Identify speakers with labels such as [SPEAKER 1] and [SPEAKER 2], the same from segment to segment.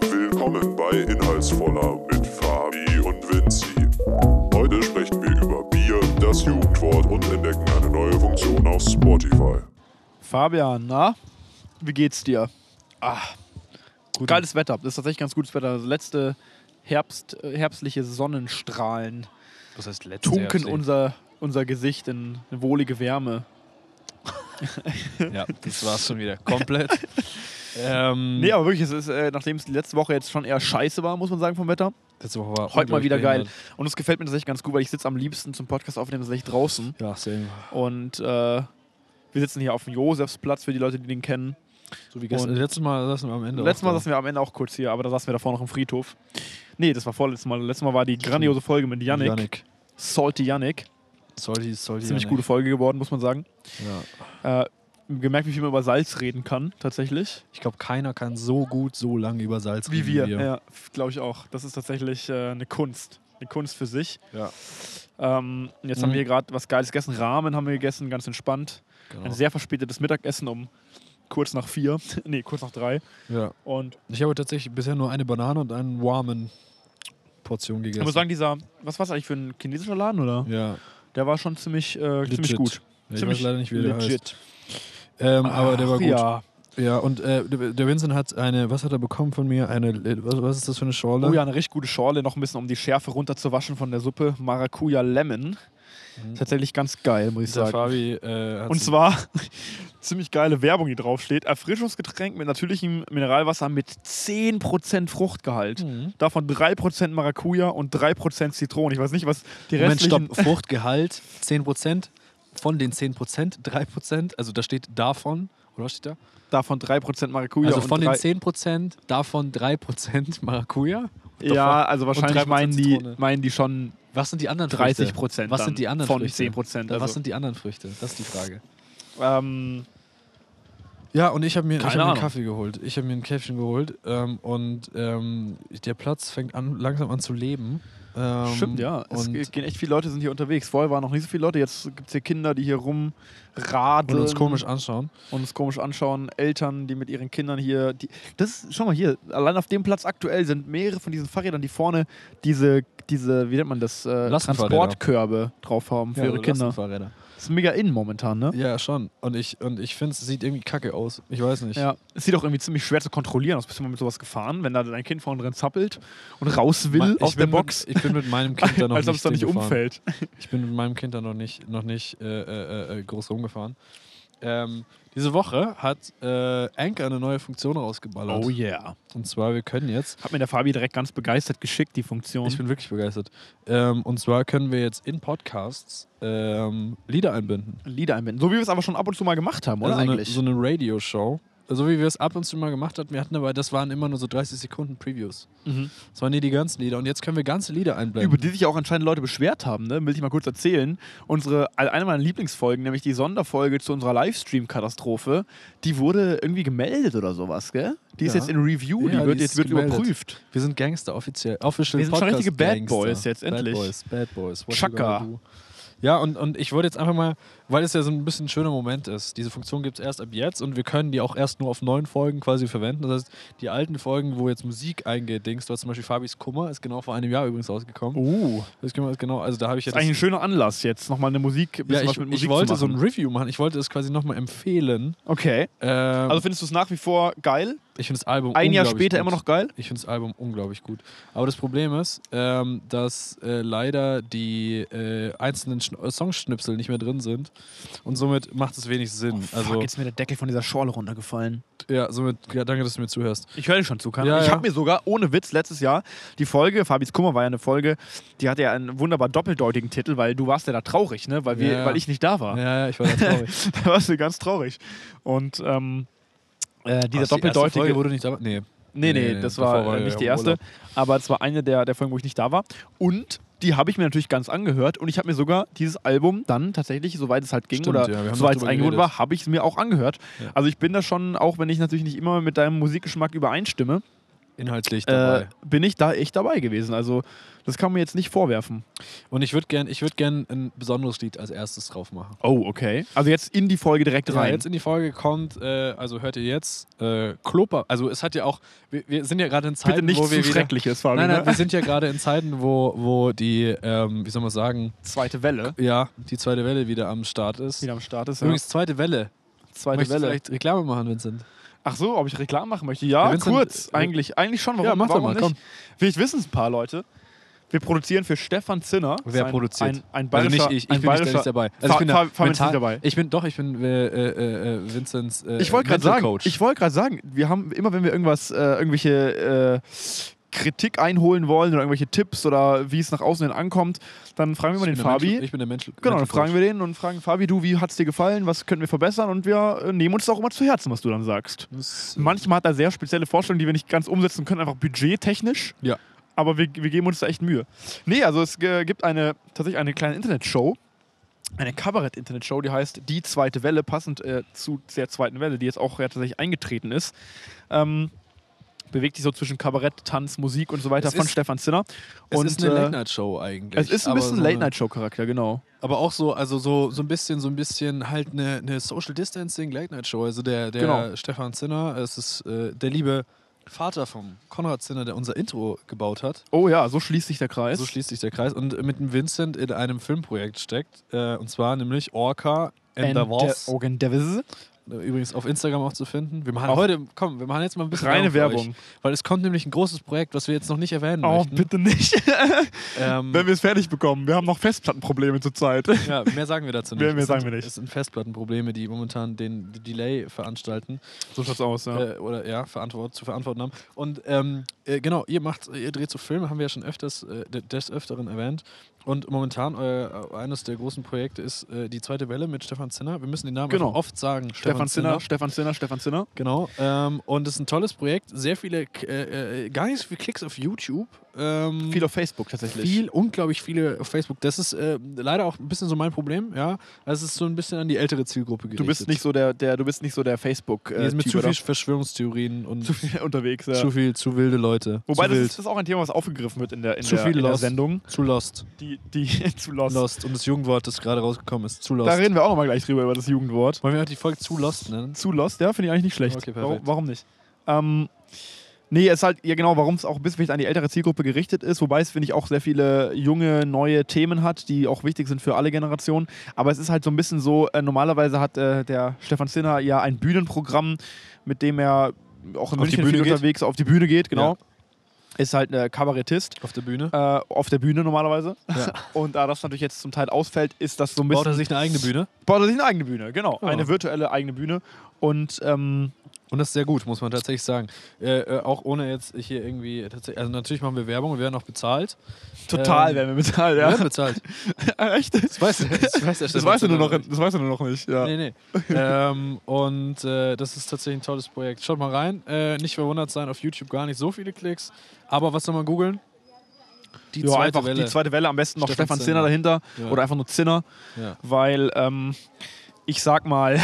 [SPEAKER 1] Willkommen bei Inhaltsvoller mit Fabi und Vinci. Heute sprechen wir über Bier, das Jugendwort und entdecken eine neue Funktion auf Spotify.
[SPEAKER 2] Fabian, na? Wie geht's dir? Ah,
[SPEAKER 3] Gut.
[SPEAKER 2] geiles Wetter. Das ist tatsächlich ganz gutes Wetter. Also letzte Herbst, äh, herbstliche Sonnenstrahlen
[SPEAKER 3] Was heißt letzte
[SPEAKER 2] tunken
[SPEAKER 3] Herbstlich?
[SPEAKER 2] unser, unser Gesicht in eine wohlige Wärme.
[SPEAKER 3] Ja, das war's schon wieder. Komplett. ähm,
[SPEAKER 2] Nee, aber wirklich, es ist, äh, nachdem es die letzte Woche jetzt schon eher scheiße war, muss man sagen, vom Wetter,
[SPEAKER 3] letzte Woche war
[SPEAKER 2] heute mal
[SPEAKER 3] unglaublich
[SPEAKER 2] wieder geil.
[SPEAKER 3] behindert.
[SPEAKER 2] Und es gefällt mir tatsächlich ganz gut, weil ich sitze am liebsten zum Podcast aufnehmen tatsächlich draußen.
[SPEAKER 3] Ja, same.
[SPEAKER 2] Und äh, wir sitzen hier auf dem Josefsplatz für die Leute, die den kennen.
[SPEAKER 3] So wie gestern.
[SPEAKER 2] Und-
[SPEAKER 3] letztes Mal saßen wir am Ende.
[SPEAKER 2] Letztes
[SPEAKER 3] auch
[SPEAKER 2] Mal
[SPEAKER 3] da.
[SPEAKER 2] saßen wir am Ende auch kurz hier, aber da saßen wir davor noch im Friedhof. Nee, das war vorletztes Mal. Letztes Mal war die grandiose Folge mit Yannick.
[SPEAKER 3] Yannick.
[SPEAKER 2] Salty Yannick.
[SPEAKER 3] Salty, salty.
[SPEAKER 2] Ziemlich gute
[SPEAKER 3] Yannick.
[SPEAKER 2] Folge geworden, muss man sagen.
[SPEAKER 3] Ja.
[SPEAKER 2] Äh, gemerkt, wie viel man über Salz reden kann, tatsächlich.
[SPEAKER 3] Ich glaube, keiner kann so gut so lange über Salz
[SPEAKER 2] Wie
[SPEAKER 3] reden
[SPEAKER 2] wir. Ja, glaube ich auch. Das ist tatsächlich äh, eine Kunst. Eine Kunst für sich.
[SPEAKER 3] Ja.
[SPEAKER 2] Ähm, jetzt
[SPEAKER 3] Mhm.
[SPEAKER 2] haben wir hier gerade was Geiles gegessen. Rahmen haben wir gegessen, ganz entspannt. Ein
[SPEAKER 3] Genau.
[SPEAKER 2] sehr verspätetes Mittagessen um kurz nach vier. nee, kurz nach drei.
[SPEAKER 3] ja.
[SPEAKER 2] Und
[SPEAKER 3] Ich habe tatsächlich bisher nur eine Banane und einen warmen Portion gegessen.
[SPEAKER 2] ich muss sagen, dieser, was war es eigentlich für ein chinesischer Laden, oder?
[SPEAKER 3] ja,
[SPEAKER 2] Der war schon ziemlich, äh, ziemlich
[SPEAKER 3] legit.
[SPEAKER 2] gut.
[SPEAKER 3] Ja, ich
[SPEAKER 2] ziemlich
[SPEAKER 3] weiß leider nicht, wie der heißt.
[SPEAKER 2] legit.
[SPEAKER 3] Ähm, aber der war
[SPEAKER 2] Ach
[SPEAKER 3] gut.
[SPEAKER 2] Ja.
[SPEAKER 3] Ja, und äh, der der Vincent hat eine, was hat er bekommen von mir? Eine, was, was ist das für eine Schorle?
[SPEAKER 2] Oh ja, eine richtig gute Schorle, noch ein bisschen um die Schärfe runterzuwaschen von der Suppe. Maracuja Lemon.
[SPEAKER 3] Mhm.
[SPEAKER 2] Tatsächlich ganz geil, muss ich
[SPEAKER 3] Der
[SPEAKER 2] sagen.
[SPEAKER 3] Fabi äh, hat
[SPEAKER 2] Und zwar ziemlich geile Werbung, die draufsteht. Erfrischungsgetränk mit natürlichem Mineralwasser mit 10% Fruchtgehalt.
[SPEAKER 3] Mhm.
[SPEAKER 2] Davon 3% Maracuja und 3% Zitronen. Ich weiß nicht, was die
[SPEAKER 3] Moment,
[SPEAKER 2] restlichen...
[SPEAKER 3] stopp. Fruchtgehalt 10%. Von den 10%, 3%, also da steht davon, oder was steht da?
[SPEAKER 2] Davon 3% Maracuja
[SPEAKER 3] also
[SPEAKER 2] und
[SPEAKER 3] von den
[SPEAKER 2] drei-
[SPEAKER 3] 10%, davon 3% Maracuja.
[SPEAKER 2] Ja, also
[SPEAKER 3] und
[SPEAKER 2] wahrscheinlich
[SPEAKER 3] 3%
[SPEAKER 2] meinen die,
[SPEAKER 3] Zitrone.
[SPEAKER 2] meinen die schon
[SPEAKER 3] Was sind die anderen
[SPEAKER 2] 30
[SPEAKER 3] Früchte?
[SPEAKER 2] Prozent.
[SPEAKER 3] Was sind die anderen
[SPEAKER 2] Von
[SPEAKER 3] Früchte?
[SPEAKER 2] 10 Prozent.
[SPEAKER 3] Was
[SPEAKER 2] Also,
[SPEAKER 3] sind die anderen Früchte? Das ist die Frage.
[SPEAKER 2] ähm,
[SPEAKER 3] Ja, und ich habe mir, ich
[SPEAKER 2] Keine
[SPEAKER 3] hab mir einen
[SPEAKER 2] Ahnung.
[SPEAKER 3] Kaffee geholt. Ich habe mir ein Käffchen geholt ähm, und ähm, der Platz fängt an, langsam an zu leben. Ähm,
[SPEAKER 2] stimmt, ja. Es
[SPEAKER 3] Und,
[SPEAKER 2] ge- gehen echt viele Leute, sind hier unterwegs. Vorher waren noch nicht so viele Leute. Jetzt gibt es hier Kinder, die hier rumradeln.
[SPEAKER 3] und uns komisch anschauen.
[SPEAKER 2] und uns komisch anschauen. Eltern, die mit ihren Kindern hier. Die, das ist, schau mal hier, allein auf dem Platz aktuell sind mehrere von diesen Fahrrädern, die vorne diese, diese wie nennt man das, äh,
[SPEAKER 3] Lastenfahrräder.
[SPEAKER 2] Transportkörbe drauf haben für
[SPEAKER 3] Ja,
[SPEAKER 2] ihre
[SPEAKER 3] so
[SPEAKER 2] Kinder.
[SPEAKER 3] Lastenfahrräder.
[SPEAKER 2] Das ist mega in momentan, ne?
[SPEAKER 3] Ja, schon. Und ich, und ich finde, es sieht irgendwie kacke aus. Ich weiß nicht.
[SPEAKER 2] Ja, es sieht auch irgendwie ziemlich schwer zu kontrollieren aus. Bist du mal mit sowas gefahren, wenn da dein Kind vorne drin zappelt und raus will
[SPEAKER 3] Ma- ich
[SPEAKER 2] aus
[SPEAKER 3] bin
[SPEAKER 2] der Box?
[SPEAKER 3] Mit, ich bin mit meinem Kind da noch
[SPEAKER 2] als ob es
[SPEAKER 3] nicht,
[SPEAKER 2] da nicht
[SPEAKER 3] hingefahren.
[SPEAKER 2] umfällt.
[SPEAKER 3] Ich bin mit meinem Kind da noch nicht, noch nicht äh, äh, äh, groß rumgefahren. Ähm, diese Woche hat äh, Anchor eine neue Funktion rausgeballert.
[SPEAKER 2] Oh yeah.
[SPEAKER 3] Und zwar, wir können jetzt
[SPEAKER 2] Hat mir der Fabi direkt ganz begeistert geschickt, die Funktion.
[SPEAKER 3] Ich bin wirklich begeistert. Ähm, und zwar können wir jetzt in Podcasts ähm, Lieder einbinden.
[SPEAKER 2] Lieder einbinden. So wie wir es aber schon ab und zu mal gemacht haben, oder
[SPEAKER 3] Also eine,
[SPEAKER 2] eigentlich?
[SPEAKER 3] so eine Radioshow. So wie wir es ab und zu mal gemacht hatten. Wir hatten aber, das waren immer nur so 30 Sekunden Previews.
[SPEAKER 2] mhm.
[SPEAKER 3] Das waren nie die ganzen Lieder. Und jetzt können wir ganze Lieder einblenden.
[SPEAKER 2] Über die sich ja auch anscheinend Leute beschwert haben, ne? will ich mal kurz erzählen. Unsere, eine meiner Lieblingsfolgen, nämlich die Sonderfolge zu unserer Livestream-Katastrophe, die wurde irgendwie gemeldet oder sowas, gell? Die ist
[SPEAKER 3] Ja.
[SPEAKER 2] jetzt in Review,
[SPEAKER 3] Ja,
[SPEAKER 2] die
[SPEAKER 3] die
[SPEAKER 2] wird
[SPEAKER 3] ist
[SPEAKER 2] jetzt wird
[SPEAKER 3] gemeldet.
[SPEAKER 2] überprüft.
[SPEAKER 3] wir sind Gangster offiziell. Official
[SPEAKER 2] Wir sind schon
[SPEAKER 3] Podcast
[SPEAKER 2] richtige Bad
[SPEAKER 3] Gangster.
[SPEAKER 2] Boys jetzt endlich.
[SPEAKER 3] Bad Boys, Bad Boys. What you
[SPEAKER 2] Chaka.
[SPEAKER 3] gonna do? Ja, und, und ich wollte jetzt einfach mal, weil es ja so ein bisschen ein schöner Moment ist. Diese Funktion gibt es erst ab jetzt und wir können die auch erst nur auf neuen Folgen quasi verwenden. Das heißt, die alten Folgen, wo jetzt Musik eingedingst, du hast zum Beispiel Fabis Kummer, ist genau vor einem Jahr übrigens rausgekommen.
[SPEAKER 2] Uh,
[SPEAKER 3] Das können wir- genau, also da habe ich
[SPEAKER 2] das
[SPEAKER 3] jetzt.
[SPEAKER 2] ist eigentlich ein schöner Anlass jetzt, nochmal eine Musik, bisschen
[SPEAKER 3] ja,
[SPEAKER 2] was
[SPEAKER 3] ich,
[SPEAKER 2] mit
[SPEAKER 3] ich
[SPEAKER 2] Musik
[SPEAKER 3] wollte
[SPEAKER 2] zu
[SPEAKER 3] so ein
[SPEAKER 2] machen.
[SPEAKER 3] Review machen. Ich wollte es quasi nochmal empfehlen.
[SPEAKER 2] Okay.
[SPEAKER 3] Ähm,
[SPEAKER 2] Also findest du es nach wie vor geil?
[SPEAKER 3] ich finde das Album
[SPEAKER 2] Ein Jahr
[SPEAKER 3] unglaublich
[SPEAKER 2] später
[SPEAKER 3] gut.
[SPEAKER 2] immer noch geil?
[SPEAKER 3] Ich finde das Album unglaublich gut. Aber das Problem ist, ähm, dass äh, leider die äh, einzelnen Schn äh, Songschnipsel nicht mehr drin sind. Und somit macht es wenig Sinn. also,
[SPEAKER 2] Oh, Fuck, jetzt ist mir der Deckel von dieser Schorle runtergefallen.
[SPEAKER 3] ja, somit, ja, danke, dass du mir zuhörst.
[SPEAKER 2] Ich höre dir schon zu, Karin.
[SPEAKER 3] Ja,
[SPEAKER 2] ich
[SPEAKER 3] ja.
[SPEAKER 2] habe mir sogar, ohne Witz, letztes Jahr die Folge, Fabis Kummer war ja eine Folge, die hatte ja einen wunderbar doppeldeutigen Titel, weil du warst ja da traurig, ne? Weil, wir,
[SPEAKER 3] Ja, ja.
[SPEAKER 2] weil ich nicht da war.
[SPEAKER 3] Ja, ja, ich war da traurig.
[SPEAKER 2] Da warst du ganz traurig. Und ähm, äh, dieser
[SPEAKER 3] Hast du die erste
[SPEAKER 2] doppeldeutige.
[SPEAKER 3] Folge, wo du nicht dabei Nee.
[SPEAKER 2] nee, nee,
[SPEAKER 3] Nee, nee,
[SPEAKER 2] das
[SPEAKER 3] davor
[SPEAKER 2] war,
[SPEAKER 3] war
[SPEAKER 2] äh,
[SPEAKER 3] ja
[SPEAKER 2] nicht die
[SPEAKER 3] im
[SPEAKER 2] erste.
[SPEAKER 3] Urlaub.
[SPEAKER 2] Aber es war eine der, der Folgen, wo ich nicht da war. Und die habe ich mir natürlich ganz angehört und ich habe mir sogar dieses Album dann tatsächlich, soweit es halt ging
[SPEAKER 3] Stimmt,
[SPEAKER 2] oder
[SPEAKER 3] ja, wir haben
[SPEAKER 2] soweit es
[SPEAKER 3] darüber
[SPEAKER 2] eingebunden
[SPEAKER 3] geredet.
[SPEAKER 2] war, habe ich es mir auch angehört.
[SPEAKER 3] Ja.
[SPEAKER 2] Also ich bin da schon, auch wenn ich natürlich nicht immer mit deinem Musikgeschmack übereinstimme,
[SPEAKER 3] inhaltlich dabei.
[SPEAKER 2] äh, bin ich da echt dabei gewesen. Also, das kann man jetzt nicht vorwerfen.
[SPEAKER 3] Und ich würde gern, ich würd gern ein besonderes Lied als erstes drauf machen.
[SPEAKER 2] Oh, okay. Also jetzt in die Folge direkt
[SPEAKER 3] Ja,
[SPEAKER 2] rein.
[SPEAKER 3] jetzt in die Folge kommt, äh, also hört ihr jetzt, äh, Kloper. Also es hat ja auch, wir, wir sind ja gerade in Zeiten,
[SPEAKER 2] Bitte nichts
[SPEAKER 3] wo wir
[SPEAKER 2] zu
[SPEAKER 3] wieder,
[SPEAKER 2] Schreckliches, Fabi.
[SPEAKER 3] Nein, nein, wir
[SPEAKER 2] ne?
[SPEAKER 3] sind ja gerade in Zeiten, wo, wo die, ähm, wie soll man sagen,
[SPEAKER 2] Zweite Welle.
[SPEAKER 3] ja, die zweite Welle wieder am Start ist.
[SPEAKER 2] Wieder am Start ist.
[SPEAKER 3] Übrigens, zweite Welle.
[SPEAKER 2] zweite
[SPEAKER 3] Möchtest du vielleicht Reklame machen, Vincent?
[SPEAKER 2] Ach so, ob ich Reklame machen möchte? Ja,
[SPEAKER 3] Ja, wenn's dann-
[SPEAKER 2] kurz.
[SPEAKER 3] äh,
[SPEAKER 2] eigentlich, eigentlich schon. Warum,
[SPEAKER 3] Ja, mach doch
[SPEAKER 2] warum
[SPEAKER 3] mal,
[SPEAKER 2] nicht?
[SPEAKER 3] komm.
[SPEAKER 2] Vielleicht wissen es ein paar Leute. Wir produzieren für Stefan Zinner.
[SPEAKER 3] Wer
[SPEAKER 2] Sein-
[SPEAKER 3] produziert?
[SPEAKER 2] Ein, ein
[SPEAKER 3] Also
[SPEAKER 2] bayerischer,
[SPEAKER 3] nicht ich, ich
[SPEAKER 2] ein
[SPEAKER 3] bin nicht, der
[SPEAKER 2] bayerischer-
[SPEAKER 3] nicht dabei. Also
[SPEAKER 2] Fa-
[SPEAKER 3] ich bin, da
[SPEAKER 2] Fa- Fabian ist nicht
[SPEAKER 3] mental-
[SPEAKER 2] dabei.
[SPEAKER 3] Ich bin doch, ich bin äh, äh, äh, Vincents äh,
[SPEAKER 2] Ich wollte gerade sagen,
[SPEAKER 3] Mental Coach.
[SPEAKER 2] ich wollte gerade sagen, wir haben immer, wenn wir irgendwas, äh, irgendwelche äh, Kritik einholen wollen oder irgendwelche Tipps oder wie es nach außen hin ankommt, dann fragen wir mal den
[SPEAKER 3] Ich bin der
[SPEAKER 2] Fabi.
[SPEAKER 3] Mental- ich bin der Mensch.
[SPEAKER 2] genau, dann fragen wir den und fragen Fabi, du, wie hat's dir gefallen? Was können wir verbessern? Und wir äh, nehmen uns das auch immer zu Herzen, was du dann sagst. Manchmal hat er sehr spezielle Vorstellungen, die wir nicht ganz umsetzen können, einfach budgettechnisch.
[SPEAKER 3] Ja.
[SPEAKER 2] Aber wir, wir geben uns da echt Mühe. Nee, also es äh, gibt eine, tatsächlich eine kleine Internetshow, eine Kabarett-Internetshow, die heißt Die zweite Welle, passend äh, zu der zweiten Welle, die jetzt auch ja tatsächlich eingetreten ist. Ähm, bewegt sich so zwischen Kabarett, Tanz, Musik und so weiter
[SPEAKER 3] Es
[SPEAKER 2] von
[SPEAKER 3] ist-
[SPEAKER 2] Stefan Zinner.
[SPEAKER 3] Es
[SPEAKER 2] und,
[SPEAKER 3] ist eine
[SPEAKER 2] äh,
[SPEAKER 3] Late-Night-Show eigentlich.
[SPEAKER 2] es ist ein
[SPEAKER 3] aber
[SPEAKER 2] bisschen
[SPEAKER 3] so eine-
[SPEAKER 2] Late-Night-Show-Charakter, genau.
[SPEAKER 3] Aber auch so, also so, so ein bisschen, so ein bisschen halt eine, eine Social Distancing Late Night Show. Also der, der
[SPEAKER 2] Genau.
[SPEAKER 3] Stefan Zinner, es ist äh, der liebe Vater von Konrad Zinner, der unser Intro gebaut hat.
[SPEAKER 2] Oh ja, so schließt sich der Kreis.
[SPEAKER 3] So schließt sich der Kreis und mit dem Vincent in einem Filmprojekt steckt. Äh, und zwar nämlich Orca and the Wars.
[SPEAKER 2] Organ Devils.
[SPEAKER 3] Übrigens auf Instagram auch zu finden. Wir machen
[SPEAKER 2] Auch-
[SPEAKER 3] heute, komm, wir machen jetzt mal ein bisschen
[SPEAKER 2] Reine
[SPEAKER 3] für
[SPEAKER 2] Werbung.
[SPEAKER 3] Euch, weil es kommt nämlich ein großes Projekt, was wir jetzt noch nicht erwähnen
[SPEAKER 2] Oh,
[SPEAKER 3] möchten. Hm.
[SPEAKER 2] bitte nicht.
[SPEAKER 3] Ähm,
[SPEAKER 2] Wenn wir es fertig bekommen. Wir haben noch Festplattenprobleme zurzeit.
[SPEAKER 3] Ja, mehr sagen wir dazu nicht.
[SPEAKER 2] Mehr- mehr
[SPEAKER 3] Es
[SPEAKER 2] sagen
[SPEAKER 3] sind,
[SPEAKER 2] wir nicht.
[SPEAKER 3] Es sind Festplattenprobleme, die momentan den Delay veranstalten
[SPEAKER 2] So schaut's aus, ja.
[SPEAKER 3] äh, oder ja, verantwort, zu verantworten haben. Und ähm, äh, genau, ihr macht, ihr dreht so Filme, haben wir ja schon öfters äh, de- des Öfteren erwähnt. Und momentan euer, eines der großen Projekte ist äh, die zweite Welle mit Stefan Zinner. Wir müssen den Namen
[SPEAKER 2] Genau.
[SPEAKER 3] einfach oft sagen.
[SPEAKER 2] Stefan Zinner, Stefan Zinner, Stefan Zinner.
[SPEAKER 3] Genau. Ähm, und es ist ein tolles Projekt. Sehr viele, K- äh, äh, gar nicht so viele Klicks auf YouTube. Ähm,
[SPEAKER 2] Viel auf Facebook tatsächlich.
[SPEAKER 3] viel, unglaublich viele auf Facebook. Das ist äh, leider auch ein bisschen so mein Problem, ja. Das ist so ein bisschen an die ältere Zielgruppe gerichtet.
[SPEAKER 2] Du bist nicht so der, der, du bist nicht so der Facebook
[SPEAKER 3] Die
[SPEAKER 2] äh,
[SPEAKER 3] ist mit
[SPEAKER 2] Typ,
[SPEAKER 3] zu
[SPEAKER 2] oder?
[SPEAKER 3] viel Verschwörungstheorien und
[SPEAKER 2] zu viel unterwegs. Ja.
[SPEAKER 3] zu viel, zu wilde Leute.
[SPEAKER 2] Wobei
[SPEAKER 3] zu
[SPEAKER 2] das
[SPEAKER 3] wild,
[SPEAKER 2] ist, das ist auch ein Thema, was aufgegriffen wird in der, in
[SPEAKER 3] Zu
[SPEAKER 2] der,
[SPEAKER 3] viel
[SPEAKER 2] in der
[SPEAKER 3] Lost.
[SPEAKER 2] Sendung,
[SPEAKER 3] zu lost.
[SPEAKER 2] die, die zu lost.
[SPEAKER 3] Lost. Und das Jugendwort, das gerade rausgekommen ist, zu lost.
[SPEAKER 2] Da reden wir auch nochmal gleich drüber über das Jugendwort.
[SPEAKER 3] Wollen wir auch die Folge zu lost nennen?
[SPEAKER 2] Zu lost, ja, finde ich eigentlich nicht schlecht.
[SPEAKER 3] Okay, perfekt.
[SPEAKER 2] warum, warum nicht? Ähm, nee, es ist halt, ja genau, warum es auch ein bisschen vielleicht an die ältere Zielgruppe gerichtet ist, wobei es, finde ich, auch sehr viele junge, neue Themen hat, die auch wichtig sind für alle Generationen. Aber es ist halt so ein bisschen so, äh, normalerweise hat äh, der Stefan Zinner ja ein Bühnenprogramm, mit dem er auch in
[SPEAKER 3] Auf die
[SPEAKER 2] München
[SPEAKER 3] Bühne
[SPEAKER 2] viel
[SPEAKER 3] geht?
[SPEAKER 2] unterwegs auf die Bühne geht, genau. Ist halt äh, Kabarettist.
[SPEAKER 3] Auf der Bühne.
[SPEAKER 2] Äh, auf der Bühne normalerweise.
[SPEAKER 3] Ja.
[SPEAKER 2] Und da das natürlich jetzt zum Teil ausfällt, ist das so ein bisschen
[SPEAKER 3] Baut er sich eine eigene Bühne.
[SPEAKER 2] baut er sich eine eigene Bühne, genau.
[SPEAKER 3] Ja.
[SPEAKER 2] Eine virtuelle eigene Bühne. Und ähm,
[SPEAKER 3] Und das ist sehr gut, muss man tatsächlich sagen. Äh, äh, auch ohne jetzt hier irgendwie tatsächlich. Also natürlich machen wir Werbung, wir werden auch bezahlt.
[SPEAKER 2] total
[SPEAKER 3] Ähm,
[SPEAKER 2] werden wir bezahlt,
[SPEAKER 3] Wir
[SPEAKER 2] ja.
[SPEAKER 3] werden bezahlt.
[SPEAKER 2] Echt? Das,
[SPEAKER 3] Das weiß, das weiß, der Stefan
[SPEAKER 2] weißt du
[SPEAKER 3] Zinner
[SPEAKER 2] nur noch,
[SPEAKER 3] nicht.
[SPEAKER 2] das weißt du nur noch nicht, ja.
[SPEAKER 3] Nee, nee. ähm, und äh, das ist tatsächlich ein tolles Projekt. Schaut mal rein. Äh, nicht verwundert sein, auf YouTube gar nicht so viele Klicks. Aber was soll man googeln? Die
[SPEAKER 2] ja, einfach die zweite Welle, am besten noch
[SPEAKER 3] Stefan
[SPEAKER 2] Stefan Zinner dahinter
[SPEAKER 3] Ja.
[SPEAKER 2] oder einfach nur Zinner,
[SPEAKER 3] Ja.
[SPEAKER 2] weil ähm, ich sag mal,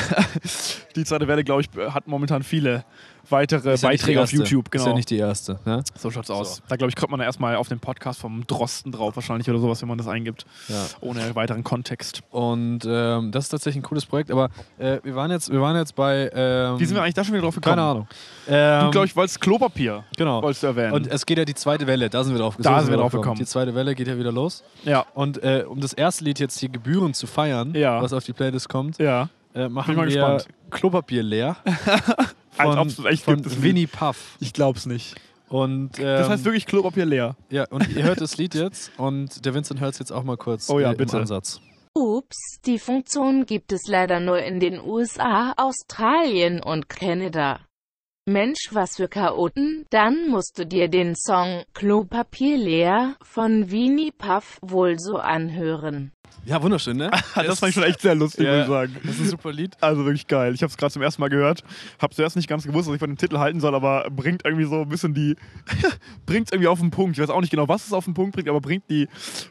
[SPEAKER 2] die zweite Welle, glaube ich, hat momentan viele weitere
[SPEAKER 3] Ist ja nicht die
[SPEAKER 2] Beiträge auf
[SPEAKER 3] erste.
[SPEAKER 2] YouTube, genau.
[SPEAKER 3] Ist ja nicht die erste. Ne?
[SPEAKER 2] so schaut's aus.
[SPEAKER 3] So.
[SPEAKER 2] Da, glaube ich, kommt man ja erstmal auf den Podcast vom Drosten drauf, wahrscheinlich oder sowas, wenn man das eingibt,
[SPEAKER 3] Ja.
[SPEAKER 2] ohne weiteren Kontext.
[SPEAKER 3] Und ähm, das ist tatsächlich ein cooles Projekt. Aber äh, wir, waren jetzt, wir waren jetzt bei. Ähm,
[SPEAKER 2] Wie sind wir eigentlich da schon wieder drauf gekommen?
[SPEAKER 3] Keine Ahnung. Ähm,
[SPEAKER 2] Du, glaube ich, wolltest Klopapier,
[SPEAKER 3] Genau.
[SPEAKER 2] wolltest du erwähnen.
[SPEAKER 3] Und es geht ja die zweite Welle. Da sind wir drauf
[SPEAKER 2] Da
[SPEAKER 3] so
[SPEAKER 2] sind wir drauf gekommen.
[SPEAKER 3] Die zweite Welle geht ja wieder los.
[SPEAKER 2] ja,
[SPEAKER 3] Und äh, um das erste Lied jetzt hier gebührend zu feiern,
[SPEAKER 2] Ja.
[SPEAKER 3] was auf die Playlist kommt,
[SPEAKER 2] ja.
[SPEAKER 3] äh, machen
[SPEAKER 2] Bin mal
[SPEAKER 3] wir
[SPEAKER 2] gespannt.
[SPEAKER 3] Klopapier leer.
[SPEAKER 2] Als ob's das echt
[SPEAKER 3] von
[SPEAKER 2] gibt, das Lied.
[SPEAKER 3] Winnie Puff.
[SPEAKER 2] Ich glaub's nicht.
[SPEAKER 3] Und, ähm,
[SPEAKER 2] Das heißt wirklich Klopapier leer.
[SPEAKER 3] Ja, und ihr hört das Lied jetzt und der Vincent hört es jetzt auch mal kurz. äh,
[SPEAKER 2] Oh ja,
[SPEAKER 3] im
[SPEAKER 2] bitte.
[SPEAKER 3] Ansatz.
[SPEAKER 4] Ups, die Funktion gibt es leider nur in den USA, Australien und Kanada. Mensch, was für Chaoten, dann musst du dir den Song Klopapier leer von Winnie Puff wohl so anhören.
[SPEAKER 3] Ja, wunderschön, ne?
[SPEAKER 2] Ah, Das fand ich schon echt sehr lustig,
[SPEAKER 3] Ja.
[SPEAKER 2] muss ich sagen.
[SPEAKER 3] Das ist ein super Lied.
[SPEAKER 2] Also wirklich geil. Ich habe es gerade zum ersten Mal gehört. Habe zuerst nicht ganz gewusst, was ich von dem Titel halten soll, aber bringt irgendwie so ein bisschen die, bringt irgendwie auf den Punkt. Ich weiß auch nicht genau, was es auf den Punkt bringt, aber bringt die,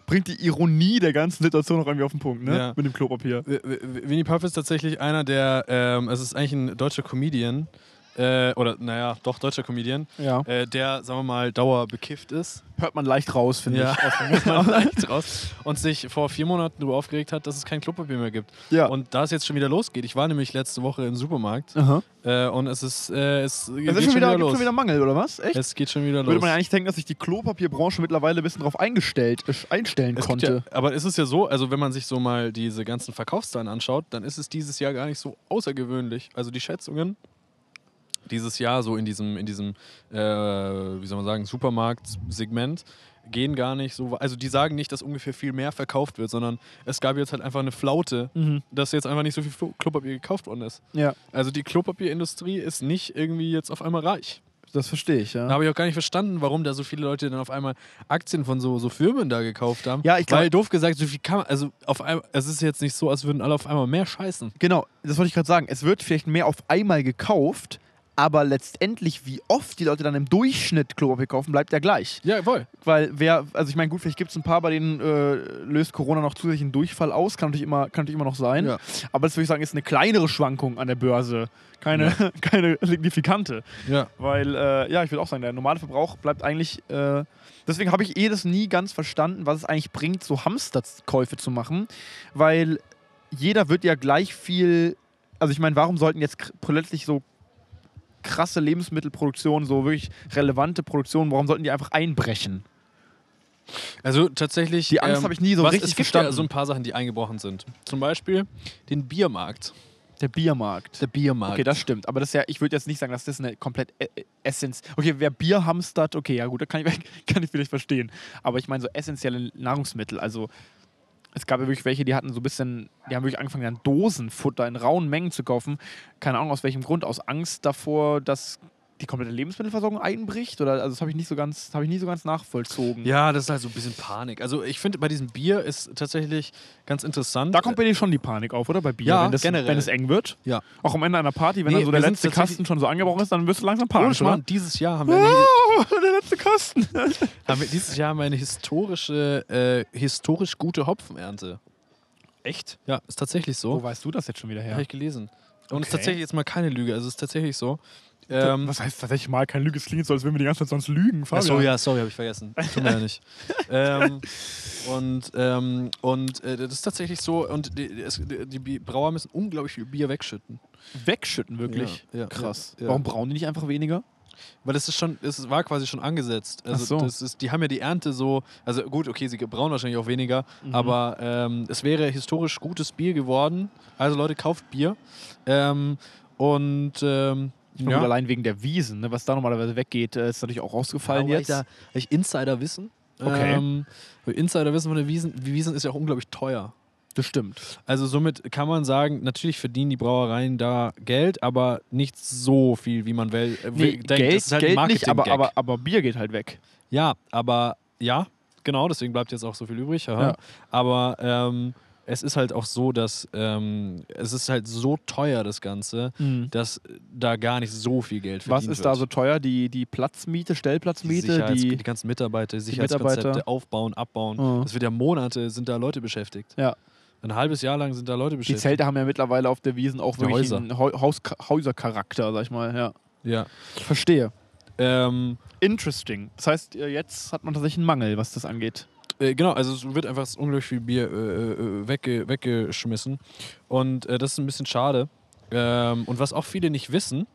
[SPEAKER 2] bringt die Ironie der ganzen Situation noch irgendwie auf den Punkt, ne?
[SPEAKER 3] Ja.
[SPEAKER 2] Mit dem Klopapier.
[SPEAKER 3] W- w- Winnie Puff ist tatsächlich einer der, ähm, es ist eigentlich ein deutscher Comedian, äh, oder naja, doch deutscher Comedian,
[SPEAKER 2] Ja.
[SPEAKER 3] äh, der, sagen wir mal, dauerbekifft ist.
[SPEAKER 2] Hört man leicht raus, finde
[SPEAKER 3] Ja.
[SPEAKER 2] ich.
[SPEAKER 3] Leicht raus. Und sich vor vier Monaten darüber aufgeregt hat, dass es kein Klopapier mehr gibt.
[SPEAKER 2] Ja.
[SPEAKER 3] Und da es jetzt schon wieder losgeht, ich war nämlich letzte Woche im Supermarkt
[SPEAKER 2] Aha.
[SPEAKER 3] äh, und es ist, äh, es geht
[SPEAKER 2] Es ist schon wieder, gibt's schon wieder Mangel, oder was? Echt?
[SPEAKER 3] Es geht schon wieder los.
[SPEAKER 2] Würde man ja eigentlich denken, dass sich die Klopapierbranche mittlerweile ein bisschen drauf eingestellt, äh, einstellen
[SPEAKER 3] Es gibt
[SPEAKER 2] konnte.
[SPEAKER 3] Ja, aber ist es ja so, also wenn man sich so mal diese ganzen Verkaufszahlen anschaut, dann ist es dieses Jahr gar nicht so außergewöhnlich. Also die Schätzungen dieses Jahr so in diesem, in diesem, äh, wie soll man sagen, Supermarktsegment gehen gar nicht so. Also die sagen nicht, dass ungefähr viel mehr verkauft wird, sondern es gab jetzt halt einfach eine Flaute,
[SPEAKER 2] Mhm.
[SPEAKER 3] dass jetzt einfach nicht so viel Flo- Klopapier gekauft worden ist.
[SPEAKER 2] Ja,
[SPEAKER 3] Also die Klopapierindustrie ist nicht irgendwie jetzt auf einmal reich.
[SPEAKER 2] das verstehe ich, ja.
[SPEAKER 3] Da habe ich auch gar nicht verstanden, warum da so viele Leute dann auf einmal Aktien von so, so Firmen da gekauft haben.
[SPEAKER 2] Ja, ich glaub-
[SPEAKER 3] Weil doof gesagt, so viel kann man, also auf einmal, es ist jetzt nicht so, als würden alle auf einmal mehr scheißen.
[SPEAKER 2] Genau, das wollte ich gerade sagen. Es wird vielleicht mehr auf einmal gekauft, aber letztendlich, wie oft die Leute dann im Durchschnitt Klopapier kaufen, bleibt ja gleich.
[SPEAKER 3] Ja, voll.
[SPEAKER 2] Weil wer, also ich meine, gut, vielleicht gibt es ein paar, bei denen äh, löst Corona noch zusätzlichen Durchfall aus, kann natürlich immer, kann natürlich immer noch sein.
[SPEAKER 3] Ja.
[SPEAKER 2] Aber das würde ich sagen, ist eine kleinere Schwankung an der Börse. Keine, keine signifikante.
[SPEAKER 3] Ja.
[SPEAKER 2] Weil, äh, ja, ich würde auch sagen, der normale Verbrauch bleibt eigentlich. Äh, deswegen habe ich eh das nie ganz verstanden, was es eigentlich bringt, so Hamsterkäufe zu machen. Weil jeder wird ja gleich viel. Also, ich meine, warum sollten jetzt kr- plötzlich so krasse Lebensmittelproduktionen, so wirklich relevante Produktionen, warum sollten die einfach einbrechen?
[SPEAKER 3] Also tatsächlich.
[SPEAKER 2] Die Angst habe ich nie so
[SPEAKER 3] was,
[SPEAKER 2] richtig
[SPEAKER 3] es gibt
[SPEAKER 2] verstanden.
[SPEAKER 3] Ja so ein paar Sachen, die eingebrochen sind. Zum Beispiel den Biermarkt.
[SPEAKER 2] Der Biermarkt.
[SPEAKER 3] Der Biermarkt.
[SPEAKER 2] okay, das stimmt. Aber das ist ja, ich würde jetzt nicht sagen, dass das eine komplett E- E- Essenz. Okay, wer Bier hamstert, okay, ja gut, da kann ich, kann ich vielleicht verstehen. Aber ich meine, so essentielle Nahrungsmittel, also es gab ja wirklich welche, die hatten so ein bisschen, die haben wirklich angefangen, dann Dosenfutter in rauen Mengen zu kaufen. Keine Ahnung, aus welchem Grund, aus Angst davor, dass die komplette Lebensmittelversorgung einbricht oder also das habe ich nicht so ganz habe ich nie so ganz nachvollzogen.
[SPEAKER 3] ja, das ist halt so ein bisschen Panik. Also ich finde, bei diesem Bier ist tatsächlich ganz interessant.
[SPEAKER 2] Da kommt bei dir schon die Panik auf, oder? Bei Bier,
[SPEAKER 3] Ja,
[SPEAKER 2] wenn, das,
[SPEAKER 3] generell.
[SPEAKER 2] wenn es eng wird.
[SPEAKER 3] Ja.
[SPEAKER 2] Auch am Ende einer Party, wenn
[SPEAKER 3] Nee,
[SPEAKER 2] dann so der
[SPEAKER 3] wir sind
[SPEAKER 2] letzte
[SPEAKER 3] tatsächlich-
[SPEAKER 2] Kasten schon so angebrochen ist, dann wirst du langsam
[SPEAKER 3] Ohne
[SPEAKER 2] panisch, oder?
[SPEAKER 3] Schmarrn, dieses Jahr haben wir eine
[SPEAKER 2] Oh, der letzte Kasten.
[SPEAKER 3] Haben wir dieses Jahr haben wir eine historische, äh, historisch gute Hopfenernte. Echt? Ja, ist tatsächlich so.
[SPEAKER 2] Wo weißt du das jetzt schon wieder her?
[SPEAKER 3] Habe ich gelesen. Und ist
[SPEAKER 2] Okay.
[SPEAKER 3] tatsächlich jetzt mal keine Lüge, also ist tatsächlich so.
[SPEAKER 2] Ähm,
[SPEAKER 3] Ähm,
[SPEAKER 2] Was heißt tatsächlich mal kein Lüge? Es klingt so, als würden wir die ganze Zeit sonst lügen.
[SPEAKER 3] ach
[SPEAKER 2] Fabian.
[SPEAKER 3] so, ja, sorry, habe ich vergessen. Tut mir ja nicht. Ähm, und ähm, und äh, das ist tatsächlich so. Und die, es, die die Bi- Brauer müssen unglaublich viel Bier wegschütten.
[SPEAKER 2] Wegschütten wirklich.
[SPEAKER 3] Ja, ja,
[SPEAKER 2] Krass.
[SPEAKER 3] ja, ja.
[SPEAKER 2] Warum brauen die nicht einfach weniger?
[SPEAKER 3] Weil das ist schon, es war quasi schon angesetzt. Also
[SPEAKER 2] Ach so.
[SPEAKER 3] das ist, die haben ja die Ernte so, also gut, okay, sie brauen wahrscheinlich auch weniger,
[SPEAKER 2] Mhm.
[SPEAKER 3] aber ähm, es wäre historisch gutes Bier geworden. Also Leute, kauft Bier. Ähm, und ähm,
[SPEAKER 2] Ja. Gut, allein wegen der Wiesen, ne, was da normalerweise weggeht, äh, ist natürlich auch rausgefallen
[SPEAKER 3] Aber
[SPEAKER 2] jetzt.
[SPEAKER 3] Ich, da, weil ich Insider wissen.
[SPEAKER 2] Okay.
[SPEAKER 3] Ähm, Insider wissen von der Wiesen, die Wiesen ist ja auch unglaublich teuer.
[SPEAKER 2] Das stimmt.
[SPEAKER 3] Also somit kann man sagen, natürlich verdienen die Brauereien da Geld, aber nicht so viel, wie man wel, äh,
[SPEAKER 2] Nee,
[SPEAKER 3] denkt.
[SPEAKER 2] Geld,
[SPEAKER 3] Das ist halt ein
[SPEAKER 2] Geld nicht, aber,
[SPEAKER 3] Marketing-Gag.
[SPEAKER 2] aber, aber Bier geht halt weg.
[SPEAKER 3] Ja, aber ja, genau, deswegen bleibt jetzt auch so viel übrig. haha.
[SPEAKER 2] Ja.
[SPEAKER 3] Aber ähm, es ist halt auch so, dass ähm, es ist halt so teuer, das Ganze,
[SPEAKER 2] Mhm.
[SPEAKER 3] dass da gar nicht so viel Geld
[SPEAKER 2] Was
[SPEAKER 3] verdient
[SPEAKER 2] ist
[SPEAKER 3] wird.
[SPEAKER 2] da so teuer? Die, die Platzmiete,
[SPEAKER 3] die,
[SPEAKER 2] Stellplatzmiete,
[SPEAKER 3] Sicherheits die,
[SPEAKER 2] die.
[SPEAKER 3] ganzen Mitarbeiter, die Sicherheitskonzepte
[SPEAKER 2] Mitarbeiter.
[SPEAKER 3] aufbauen, abbauen.
[SPEAKER 2] Mhm.
[SPEAKER 3] Das wird ja Monate, sind da Leute beschäftigt.
[SPEAKER 2] Ja.
[SPEAKER 3] Ein halbes Jahr lang sind da Leute
[SPEAKER 2] Die
[SPEAKER 3] beschäftigt.
[SPEAKER 2] Zelte haben ja mittlerweile auf der Wiesen auch
[SPEAKER 3] Ja,
[SPEAKER 2] wirklich
[SPEAKER 3] Häuser.
[SPEAKER 2] einen Hau- Haus Häusercharakter, sag ich mal. Ja.
[SPEAKER 3] Ja.
[SPEAKER 2] Verstehe.
[SPEAKER 3] Ähm,
[SPEAKER 2] Interesting. Das heißt, äh, jetzt hat man tatsächlich einen Mangel, was das angeht.
[SPEAKER 3] Äh, genau, also es wird einfach unglaublich viel Bier äh, äh, wegge weggeschmissen. Und äh, das ist ein bisschen schade. Ähm, und was auch viele nicht wissen,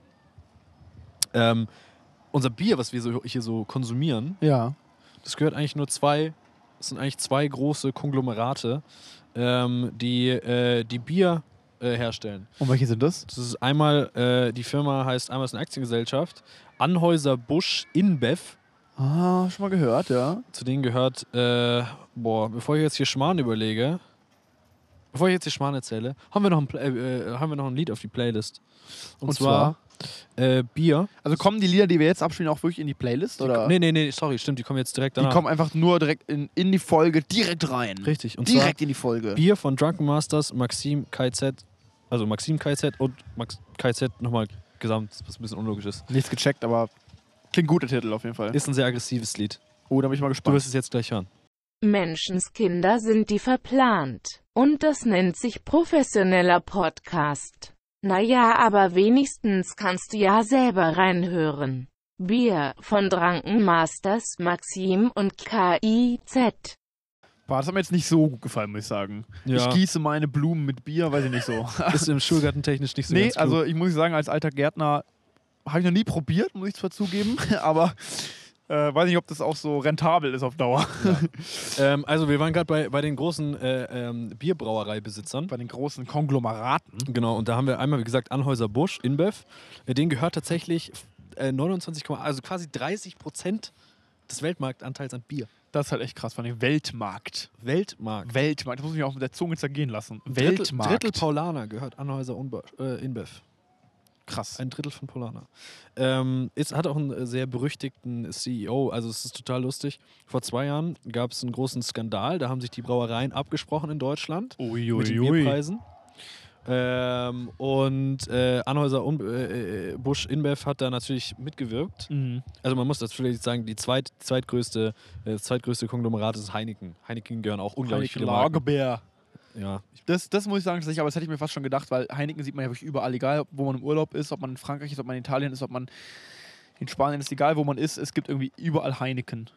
[SPEAKER 3] ähm, unser Bier, was wir so, hier so konsumieren,
[SPEAKER 2] Ja.
[SPEAKER 3] das gehört eigentlich nur zwei, das sind eigentlich zwei große Konglomerate, ähm, die, äh, die Bier äh, herstellen.
[SPEAKER 2] Und welche sind das?
[SPEAKER 3] Das ist einmal, äh, die Firma heißt einmal ist eine Aktiengesellschaft, Anhäuser Busch InBev.
[SPEAKER 2] Ah, schon mal gehört, ja.
[SPEAKER 3] Zu denen gehört, äh, boah, bevor ich jetzt hier Schmarrn überlege, bevor ich jetzt hier Schmarrn erzähle, haben wir noch ein, Pla- äh, äh, haben wir noch ein Lied auf die Playlist. Und,
[SPEAKER 2] Und
[SPEAKER 3] zwar, Äh, Bier.
[SPEAKER 2] Also kommen die Lieder, die wir jetzt abspielen, auch wirklich in die Playlist? Oder?
[SPEAKER 3] Nee, nee, nee, sorry, stimmt, die kommen jetzt direkt
[SPEAKER 2] die
[SPEAKER 3] danach.
[SPEAKER 2] kommen einfach nur direkt in, in die Folge direkt rein.
[SPEAKER 3] Richtig, und zwar
[SPEAKER 2] direkt in die Folge.
[SPEAKER 3] Bier von Drunken Masters, Maxim KZ, also Maxim KZ und Max KZ nochmal gesamt, was ein bisschen unlogisch ist.
[SPEAKER 2] Nichts gecheckt, aber klingt guter Titel auf jeden Fall.
[SPEAKER 3] Ist ein sehr aggressives Lied.
[SPEAKER 2] oh, da bin ich mal
[SPEAKER 3] Du
[SPEAKER 2] gespannt.
[SPEAKER 3] wirst es jetzt gleich hören.
[SPEAKER 4] Menschenskinder sind die verplant. Und das nennt sich professioneller Podcast. Naja, aber wenigstens kannst du ja selber reinhören. Bier, von Drunken Masters, Maxim und KIZ.
[SPEAKER 2] Boah, das hat mir jetzt nicht so gut gefallen, muss ich sagen. Ich gieße meine Blumen mit Bier, weiß ich nicht so.
[SPEAKER 3] ist im Schulgarten technisch nicht so
[SPEAKER 2] nee,
[SPEAKER 3] ganz klug.
[SPEAKER 2] also ich muss sagen, als alter Gärtner habe ich noch nie probiert, muss ich zwar zugeben, aber äh, weiß nicht, ob das auch so rentabel ist auf Dauer.
[SPEAKER 3] Ähm, also wir waren gerade bei, bei den großen äh, ähm, Bierbrauereibesitzern.
[SPEAKER 2] Bei den großen Konglomeraten.
[SPEAKER 3] Genau, und da haben wir einmal, wie gesagt, Anhäuser Busch, InBev. Äh, denen gehört tatsächlich äh, 29, also quasi 30 Prozent des Weltmarktanteils an Bier.
[SPEAKER 2] Das ist halt echt krass, fand ich. Weltmarkt.
[SPEAKER 3] Weltmarkt.
[SPEAKER 2] Weltmarkt, das muss ich mir auch mit der Zunge zergehen lassen.
[SPEAKER 3] Weltmarkt.
[SPEAKER 2] Weltmarkt.
[SPEAKER 3] Drittel, Drittel Paulaner gehört Anhäuser Unbe- äh, InBev.
[SPEAKER 2] krass.
[SPEAKER 3] Ein Drittel von Polana. Ähm, es hat auch einen äh, sehr berüchtigten CEO, also es ist total lustig. Vor zwei Jahren gab es einen großen Skandal, da haben sich die Brauereien abgesprochen in Deutschland mit den
[SPEAKER 2] Uiuiui.
[SPEAKER 3] Bierpreisen. Ähm, und äh, Anhäuser Un äh, äh, Busch InBev hat da natürlich mitgewirkt.
[SPEAKER 2] Mhm.
[SPEAKER 3] Also man muss das vielleicht sagen, die zweit, zweitgrößte, äh, das zweitgrößte Konglomerat ist Heineken. Heineken gehören auch unglaublich
[SPEAKER 2] Heineken
[SPEAKER 3] viele Marken.
[SPEAKER 2] Lagerbier.
[SPEAKER 3] Ja,
[SPEAKER 2] Das, das muss ich sagen, tatsächlich, aber das hätte ich mir fast schon gedacht, weil Heineken sieht man ja wirklich überall, egal ob- wo man im Urlaub ist, ob man in Frankreich ist, ob man in Italien ist, ob man in Spanien ist, egal wo man ist, es gibt irgendwie überall Heineken.